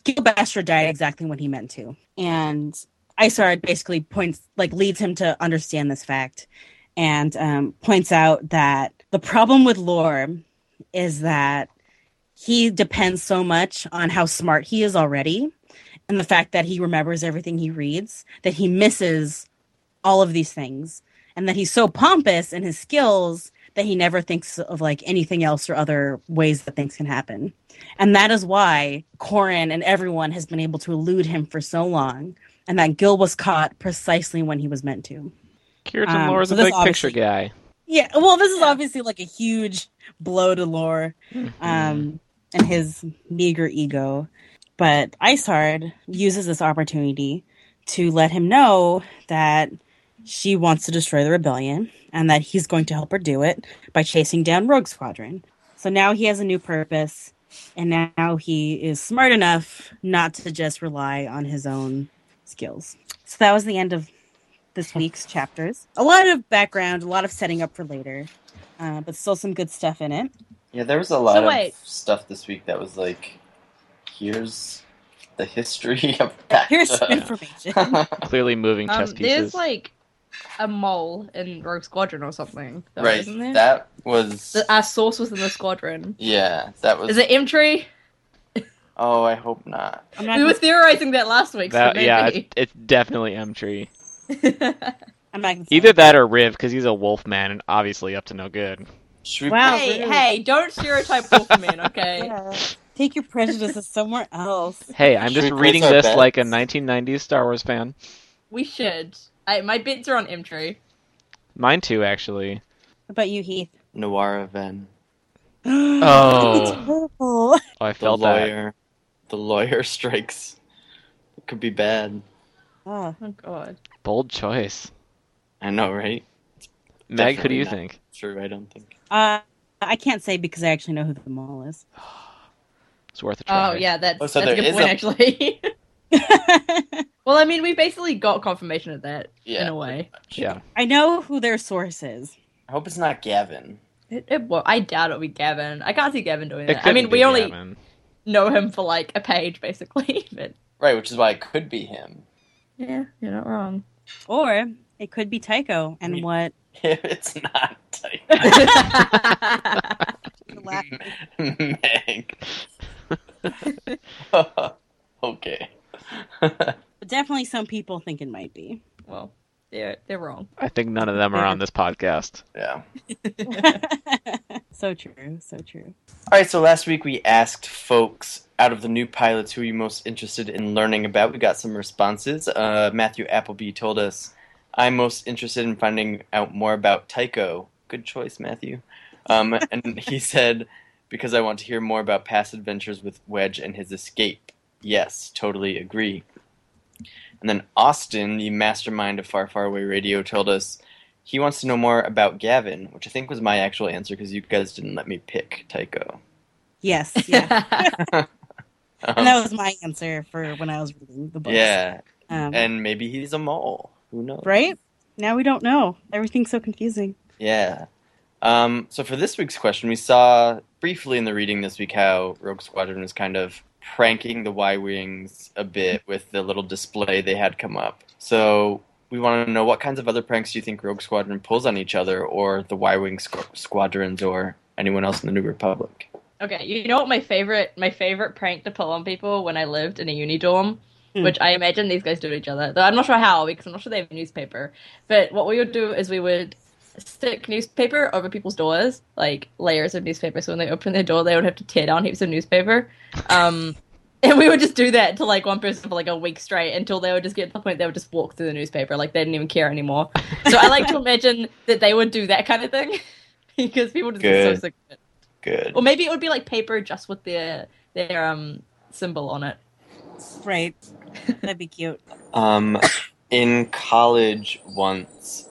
[SPEAKER 1] Gil Bastard died exactly when he meant to. And Isard basically points, like, leads him to understand this fact and um, points out that the problem with Lore is that he depends so much on how smart he is already and the fact that he remembers everything he reads that he misses all of these things and that he's so pompous in his skills that he never thinks of like anything else or other ways that things can happen and that is why corin and everyone has been able to elude him for so long and that gil was caught precisely when he was meant to
[SPEAKER 5] Kirtan
[SPEAKER 1] Um,
[SPEAKER 5] Lore's
[SPEAKER 1] so
[SPEAKER 5] a
[SPEAKER 1] this
[SPEAKER 5] big picture
[SPEAKER 1] obviously-
[SPEAKER 5] guy.
[SPEAKER 1] yeah, well, this is obviously like a huge blow to Lore um, and his meager ego. But Isard uses this opportunity to let him know that she wants to destroy the rebellion and that he's going to help her do it by chasing down Rogue Squadron. So now he has a new purpose and now he is smart enough not to just rely on his own skills. So that was the end of this week's chapters. A lot of background, a lot of setting up for later, uh, but still some good stuff in it.
[SPEAKER 6] Yeah, there was a lot of
[SPEAKER 4] wait.
[SPEAKER 6] stuff this week that was like, here's the history of that.
[SPEAKER 1] Here's some information.
[SPEAKER 5] Clearly moving chess
[SPEAKER 4] Um,
[SPEAKER 5] pieces.
[SPEAKER 4] there's like a mole in Rogue Squadron or something, though,
[SPEAKER 6] right,
[SPEAKER 4] Isn't there?
[SPEAKER 6] that was.
[SPEAKER 4] The- our source was in the squadron.
[SPEAKER 6] yeah, that was.
[SPEAKER 4] Is it M-Tree?
[SPEAKER 6] Oh, I hope not.
[SPEAKER 1] I'm
[SPEAKER 4] We were
[SPEAKER 1] not.
[SPEAKER 4] theorizing that last week. so
[SPEAKER 5] that, yeah,
[SPEAKER 4] maybe.
[SPEAKER 5] it, it's definitely M Tree.
[SPEAKER 1] I'm not gonna say
[SPEAKER 5] Either
[SPEAKER 1] it.
[SPEAKER 5] that or Riv, because he's a wolf man and obviously up to no good.
[SPEAKER 6] Should we
[SPEAKER 1] Wow.
[SPEAKER 6] put-
[SPEAKER 4] hey,
[SPEAKER 1] really?
[SPEAKER 4] hey, don't stereotype Wolfman, okay?
[SPEAKER 1] Yeah. Take your prejudices somewhere else.
[SPEAKER 5] Hey, I'm just
[SPEAKER 6] Should we
[SPEAKER 5] reading
[SPEAKER 6] place our
[SPEAKER 5] this
[SPEAKER 6] bets?
[SPEAKER 5] like a 1990s Star Wars fan.
[SPEAKER 4] We should. I, my bits are on M-Tree.
[SPEAKER 5] Mine too, actually.
[SPEAKER 1] What about you, Heath?
[SPEAKER 6] Noir Ven,
[SPEAKER 1] it's
[SPEAKER 5] Oh,
[SPEAKER 1] purple.
[SPEAKER 5] I
[SPEAKER 6] the
[SPEAKER 5] felt that.
[SPEAKER 6] lawyer. The lawyer strikes. It could be bad.
[SPEAKER 1] Oh,
[SPEAKER 4] Oh, God.
[SPEAKER 5] Bold choice.
[SPEAKER 6] I know, right?
[SPEAKER 5] Meg, who do
[SPEAKER 6] Definitely
[SPEAKER 5] you
[SPEAKER 6] not.
[SPEAKER 5] think?
[SPEAKER 6] Sure, I don't think.
[SPEAKER 1] uh, I can't say because I actually know who the mole is.
[SPEAKER 5] It's worth a try.
[SPEAKER 4] Oh, yeah, that's,
[SPEAKER 6] Oh, so
[SPEAKER 4] that's a
[SPEAKER 6] there
[SPEAKER 4] good
[SPEAKER 6] is
[SPEAKER 4] point,
[SPEAKER 6] a-
[SPEAKER 4] actually. well, I mean, we basically got confirmation of that, in
[SPEAKER 6] Yeah.
[SPEAKER 4] a way.
[SPEAKER 5] Yeah.
[SPEAKER 1] I know who their source is.
[SPEAKER 6] I hope it's not Gavin.
[SPEAKER 4] It, it, well, I doubt it'll be Gavin. I can't see Gavin doing
[SPEAKER 5] It
[SPEAKER 4] that. I mean,
[SPEAKER 5] couldn't
[SPEAKER 4] we
[SPEAKER 5] be
[SPEAKER 4] only
[SPEAKER 5] Gavin.
[SPEAKER 4] know him for, like, a page, basically. But,
[SPEAKER 6] Right, which is why it could be him.
[SPEAKER 4] yeah, you're not wrong.
[SPEAKER 1] Or it could be Tycho and what
[SPEAKER 6] If it's not Type Meg. okay.
[SPEAKER 1] definitely some people think it might be.
[SPEAKER 4] well, they're, they're wrong.
[SPEAKER 5] I think none of them are on this podcast.
[SPEAKER 6] yeah.
[SPEAKER 1] so true, so true.
[SPEAKER 6] All right, so last week we asked folks out of the new pilots who are you most interested in learning about. We got some responses. Uh, Matthew Appleby told us, I'm most interested in finding out more about Tycho. Good choice, Matthew. Um, and he said, because I want to hear more about past adventures with Wedge and his escape. Yes, totally agree. And then Austin, the mastermind of Far Far Away Radio, told us he wants to know more about Gavin, which I think was my actual answer because you guys didn't let me pick Tycho.
[SPEAKER 1] Yes, yeah.
[SPEAKER 6] Um,
[SPEAKER 1] and that was my answer for when I was reading the book.
[SPEAKER 6] yeah,
[SPEAKER 1] Um,
[SPEAKER 6] and maybe he's a mole. Who knows?
[SPEAKER 1] right? Now we don't know. Everything's so confusing.
[SPEAKER 6] Yeah. Um, so for this week's question, we saw briefly in the reading this week how Rogue Squadron was kind of pranking the Y wings a bit with the little display they had come up. So we want to know what kinds of other pranks do you think Rogue Squadron pulls on each other, or the Y wing squ- squadrons, or anyone else in the New Republic?
[SPEAKER 4] Okay, you know what my favorite my favorite prank to pull on people when I lived in a uni dorm,
[SPEAKER 1] Hmm.
[SPEAKER 4] which I imagine these guys do to each other. Though I'm not sure how because I'm not sure they have a newspaper. But what we would do is we would stick newspaper over people's doors, like layers of newspaper. So when they opened their door, they would have to tear down heaps of newspaper. Um, and we would just do that to like one person for like a week straight until they would just get to the point they would just walk through the newspaper, like they didn't even care anymore. So I like to imagine that they would do that kind of thing because people just get so
[SPEAKER 6] Good.
[SPEAKER 4] sick of it.
[SPEAKER 6] Good.
[SPEAKER 4] Or maybe it would be like paper just with their their um symbol on it.
[SPEAKER 1] Right. That'd be cute.
[SPEAKER 6] Um, in college once,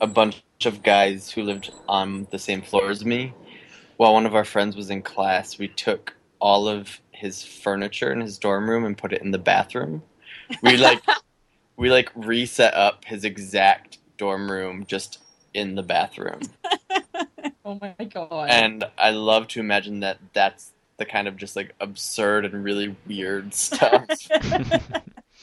[SPEAKER 6] a bunch of guys who lived on the same floor as me, while one of our friends was in class, we took all of his furniture in his dorm room and put it in the bathroom. We like we like reset up his exact dorm room just in the bathroom.
[SPEAKER 4] Oh my god.
[SPEAKER 6] And I love to imagine that that's the kind of just like absurd and really weird stuff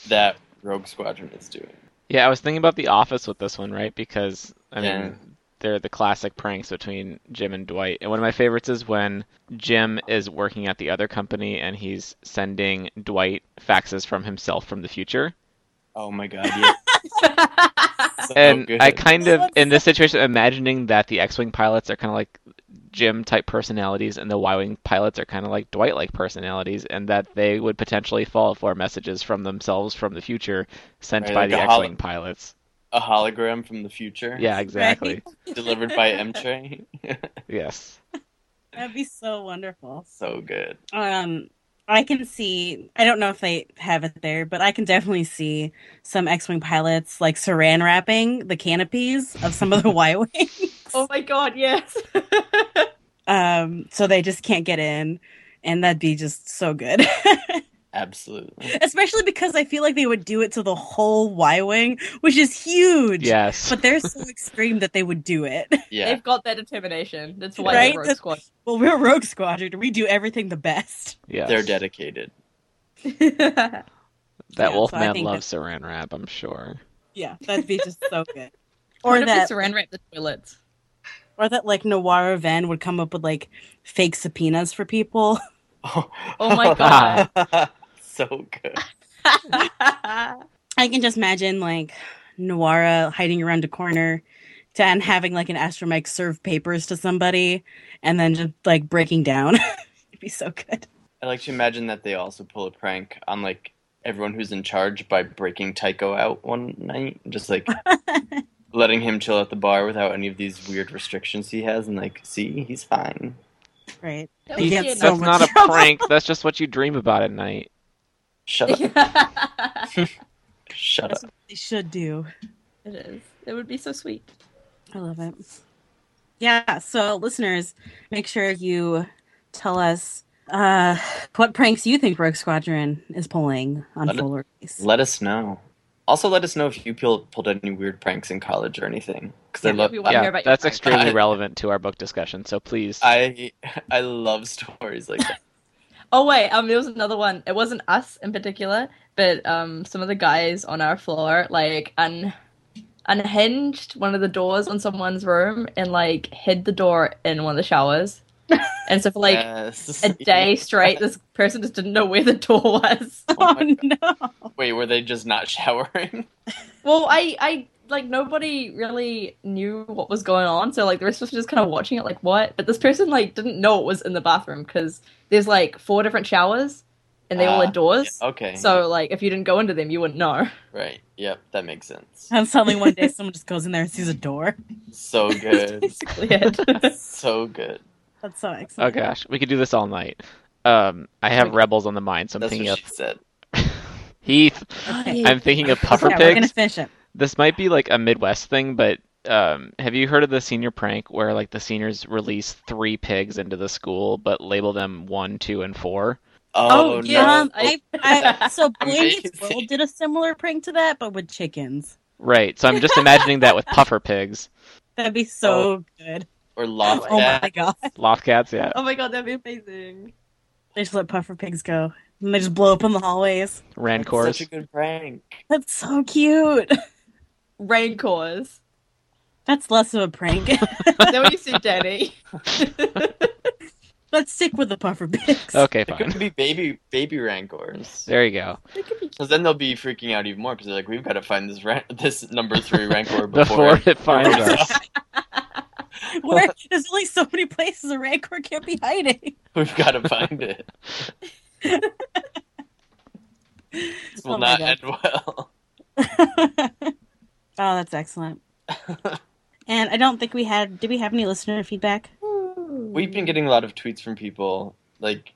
[SPEAKER 6] that Rogue Squadron is doing.
[SPEAKER 5] Yeah, I was thinking about The Office with this one, right? Because I mean,
[SPEAKER 6] Yeah.
[SPEAKER 5] they're the classic pranks between Jim and Dwight. And one of my favorites is when Jim is working at the other company and he's sending Dwight faxes from himself from the future.
[SPEAKER 6] Oh my god, yeah. So
[SPEAKER 5] and
[SPEAKER 6] Oh, good.
[SPEAKER 5] I kind of,
[SPEAKER 1] That's
[SPEAKER 5] in this situation, imagining that the X-wing pilots are kind of like Jim type personalities, and the Y-wing pilots are kind of like Dwight like personalities, and that they would potentially fall for messages from themselves from the future sent
[SPEAKER 6] Right,
[SPEAKER 5] by
[SPEAKER 6] like
[SPEAKER 5] the
[SPEAKER 6] a holo-
[SPEAKER 5] X-wing pilots.
[SPEAKER 6] a hologram from the future.
[SPEAKER 5] Yeah, exactly.
[SPEAKER 6] Delivered by M Train.
[SPEAKER 5] Yes.
[SPEAKER 1] That'd be so wonderful.
[SPEAKER 6] so good.
[SPEAKER 1] Um, I can see. I don't know if they have it there, but I can definitely see some X-wing pilots like saran wrapping the canopies of some of the Y-wing.
[SPEAKER 4] oh my god, yes.
[SPEAKER 1] Um, so they just can't get in. and that'd be just so good.
[SPEAKER 6] Absolutely.
[SPEAKER 1] Especially because I feel like they would do it to the whole Y Wing, which is huge.
[SPEAKER 5] Yes.
[SPEAKER 1] But they're so extreme that they would do it.
[SPEAKER 6] Yeah.
[SPEAKER 4] They've got that determination. That's why
[SPEAKER 1] Right?
[SPEAKER 4] they're Rogue
[SPEAKER 1] That's-
[SPEAKER 4] Squad.
[SPEAKER 1] Well, we're Rogue Squadron. We do everything the best.
[SPEAKER 5] yes.
[SPEAKER 6] They're dedicated.
[SPEAKER 1] Yeah,
[SPEAKER 5] That
[SPEAKER 1] so I
[SPEAKER 5] Wolfman
[SPEAKER 1] think
[SPEAKER 5] loves Saran Wrap, I'm sure.
[SPEAKER 1] Yeah, that'd be just so good.
[SPEAKER 4] Or
[SPEAKER 1] Or
[SPEAKER 4] if
[SPEAKER 1] that,
[SPEAKER 4] they saran wrap the toilets.
[SPEAKER 1] or that, like Noir Van would come up with like fake subpoenas for people.
[SPEAKER 6] Oh,
[SPEAKER 4] Oh my god.
[SPEAKER 6] so good.
[SPEAKER 1] I can just imagine like Noir hiding around a corner, to, and having like an astromech serve papers to somebody, and then just like breaking down. It'd be so good.
[SPEAKER 6] I like to imagine that they also pull a prank on like everyone who's in charge by breaking Tycho out one night, just like letting him chill at the bar without any of these weird restrictions he has, and like, see, he's fine.
[SPEAKER 1] Right.
[SPEAKER 4] That
[SPEAKER 1] They
[SPEAKER 4] would
[SPEAKER 1] get
[SPEAKER 4] be
[SPEAKER 1] so
[SPEAKER 4] enough.
[SPEAKER 5] That's
[SPEAKER 1] much
[SPEAKER 5] not a
[SPEAKER 1] trouble.
[SPEAKER 5] prank. That's just what you dream about at night.
[SPEAKER 6] Shut up.
[SPEAKER 4] it
[SPEAKER 6] Shut up.
[SPEAKER 1] That's what they should do.
[SPEAKER 4] is. It would be so sweet.
[SPEAKER 1] I love it. Yeah, so listeners, make sure you tell us uh, what pranks you think Rogue Squadron is pulling on
[SPEAKER 6] Let it-
[SPEAKER 1] full release.
[SPEAKER 6] Let us know. Also, let us know if you pull, pulled any weird pranks in college or anything, because I love.
[SPEAKER 4] we want to hear
[SPEAKER 5] Yeah,
[SPEAKER 4] about your
[SPEAKER 5] that's
[SPEAKER 4] prank.
[SPEAKER 5] extremely
[SPEAKER 6] I-
[SPEAKER 5] relevant to our book discussion. So please,
[SPEAKER 6] I I love stories like that.
[SPEAKER 4] Oh wait, um, there was another one. It wasn't us in particular, but um, some of the guys on our floor like un unhinged one of the doors on someone's room and like hid the door in one of the showers. and so for like
[SPEAKER 6] Yes.
[SPEAKER 4] a day straight, this person just didn't know where the door was.
[SPEAKER 6] Oh my
[SPEAKER 1] oh no!
[SPEAKER 6] Wait, were they just not showering?
[SPEAKER 4] well, I I like nobody really knew what was going on, so like the rest of us were just kind of watching it, like what? But this person like didn't know it was in the bathroom because there's like four different showers, and they all
[SPEAKER 6] Ah,
[SPEAKER 4] had doors.
[SPEAKER 6] Okay.
[SPEAKER 4] So, like, if you didn't go into them, you wouldn't know.
[SPEAKER 6] right. Yep, that makes sense.
[SPEAKER 1] And suddenly one day someone just goes in there and sees a door.
[SPEAKER 6] So good.
[SPEAKER 4] Basically, it.
[SPEAKER 6] so good.
[SPEAKER 1] That's so excellent.
[SPEAKER 5] oh gosh, we could do this all night. Um, I have rebels on the mind, so I'm
[SPEAKER 6] That's
[SPEAKER 5] thinking
[SPEAKER 6] what
[SPEAKER 5] of
[SPEAKER 6] she said.
[SPEAKER 5] Heath.
[SPEAKER 1] Okay.
[SPEAKER 6] Um,
[SPEAKER 5] I'm thinking of puffer
[SPEAKER 1] yeah, we're
[SPEAKER 5] pigs.
[SPEAKER 1] gonna finish it.
[SPEAKER 5] This might be like a Midwest thing, but um, have you heard of the senior prank where like the seniors release three pigs into the school but label them one, two, and four?
[SPEAKER 6] Oh,
[SPEAKER 4] Oh,
[SPEAKER 6] no.
[SPEAKER 4] yeah.
[SPEAKER 1] Um, I, I, so Blaine's
[SPEAKER 6] Amazing.
[SPEAKER 1] World did a similar prank to that, but with chickens.
[SPEAKER 5] Right. So I'm just imagining that with puffer pigs,
[SPEAKER 1] That'd be so good.
[SPEAKER 6] Or loft
[SPEAKER 1] Oh my
[SPEAKER 6] cat.
[SPEAKER 1] god!
[SPEAKER 5] loft cats. Yeah.
[SPEAKER 4] oh my god, that'd be amazing.
[SPEAKER 1] They just let puffer pigs go, and they just blow up in the hallways.
[SPEAKER 6] That's
[SPEAKER 5] Rancors.
[SPEAKER 6] Such a good prank.
[SPEAKER 1] That's so cute.
[SPEAKER 4] Rancors.
[SPEAKER 1] That's less of a prank.
[SPEAKER 4] Is that what you said, Danny?
[SPEAKER 1] Let's stick with the puffer pigs.
[SPEAKER 5] Okay,
[SPEAKER 6] It
[SPEAKER 5] fine.
[SPEAKER 6] could be baby baby rancors.
[SPEAKER 5] There you go.
[SPEAKER 6] Because then they'll be freaking out even more because they're like, we've got to find this ran- this number three rancor
[SPEAKER 5] Before
[SPEAKER 6] before.
[SPEAKER 5] it finds us.
[SPEAKER 1] Where there's only so many places a rancor can't be hiding.
[SPEAKER 6] we've got to find it. This will
[SPEAKER 1] Oh my
[SPEAKER 6] not
[SPEAKER 1] God.
[SPEAKER 6] end well.
[SPEAKER 1] oh, that's excellent. and I don't think we had. Did we have any listener feedback?
[SPEAKER 6] We've been getting a lot of tweets from people. Like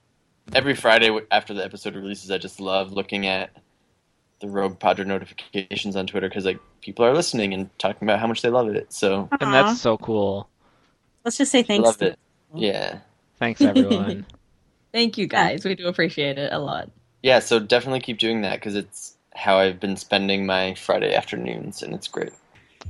[SPEAKER 6] every Friday w- after the episode releases, I just love looking at the Rogue Padre notifications on Twitter because like people are listening and talking about how much they love it. So
[SPEAKER 5] And
[SPEAKER 1] Aw.
[SPEAKER 5] that's so cool.
[SPEAKER 1] Let's just say Oh, thanks.
[SPEAKER 6] love
[SPEAKER 1] to-
[SPEAKER 6] it. Yeah,
[SPEAKER 5] Thanks, everyone.
[SPEAKER 4] Thank you guys. We do appreciate it a lot.
[SPEAKER 6] yeah. So definitely keep doing that because it's how I've been spending my Friday afternoons, and it's great.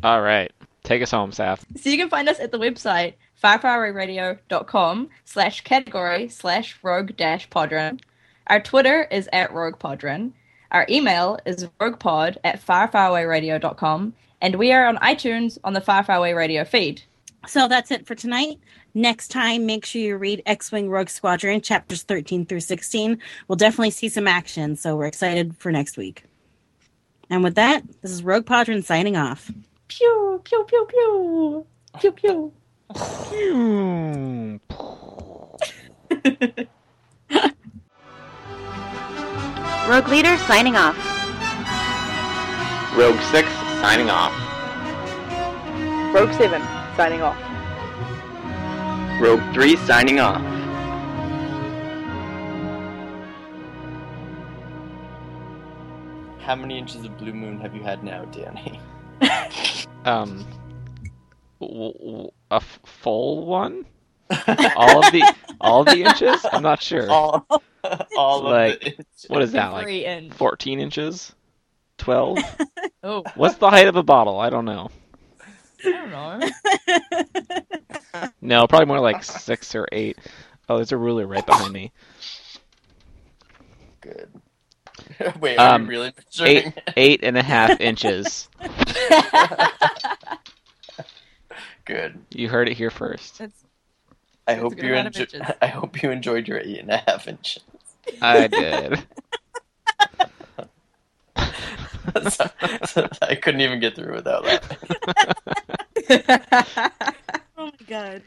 [SPEAKER 5] All right. Take us home, Saf.
[SPEAKER 4] So you can find us at the website fireflyradio.com slash category slash rogue dash podron. Our Twitter is at rogue podron. Our email is roguepod at fireflyradio.com. And we are on iTunes on the Far Far Away Radio feed.
[SPEAKER 1] So that's it for tonight. Next time, make sure you read X Wing Rogue Squadron, chapters 13 through 16. We'll definitely see some action, so we're excited for next week. And with that, this is Rogue Podron signing off.
[SPEAKER 4] Pew, pew, pew, pew. Pew, pew.
[SPEAKER 2] Rogue Leader signing off.
[SPEAKER 3] Rogue 6 signing off.
[SPEAKER 7] Rogue 7, signing off.
[SPEAKER 3] Rogue 3 signing off.
[SPEAKER 6] How many inches of blue moon have you had now, Danny?
[SPEAKER 5] Um, w- w- a f- full one? all of the all of the inches? I'm not sure.
[SPEAKER 6] all, all
[SPEAKER 5] Like,
[SPEAKER 6] of it.
[SPEAKER 5] what is that like?
[SPEAKER 4] Every inch.
[SPEAKER 5] 14 inches? 12?
[SPEAKER 4] Oh,
[SPEAKER 5] What's the height of a bottle? I don't know.
[SPEAKER 4] I don't know.
[SPEAKER 5] No, probably more like six or eight. Oh, there's a ruler right behind me.
[SPEAKER 6] good? Wait, are
[SPEAKER 5] Um,
[SPEAKER 6] you really
[SPEAKER 5] Eight,
[SPEAKER 6] measuring? it?
[SPEAKER 5] eight and a half inches.
[SPEAKER 6] Good.
[SPEAKER 5] You heard it here first.
[SPEAKER 4] That's
[SPEAKER 6] I
[SPEAKER 4] That's a
[SPEAKER 6] hope
[SPEAKER 4] good
[SPEAKER 6] you
[SPEAKER 4] amount of inches.
[SPEAKER 6] enjoyed. I hope you enjoyed your eight and a half inch.
[SPEAKER 5] I did.
[SPEAKER 6] I couldn't even get through without that.
[SPEAKER 1] Oh my god.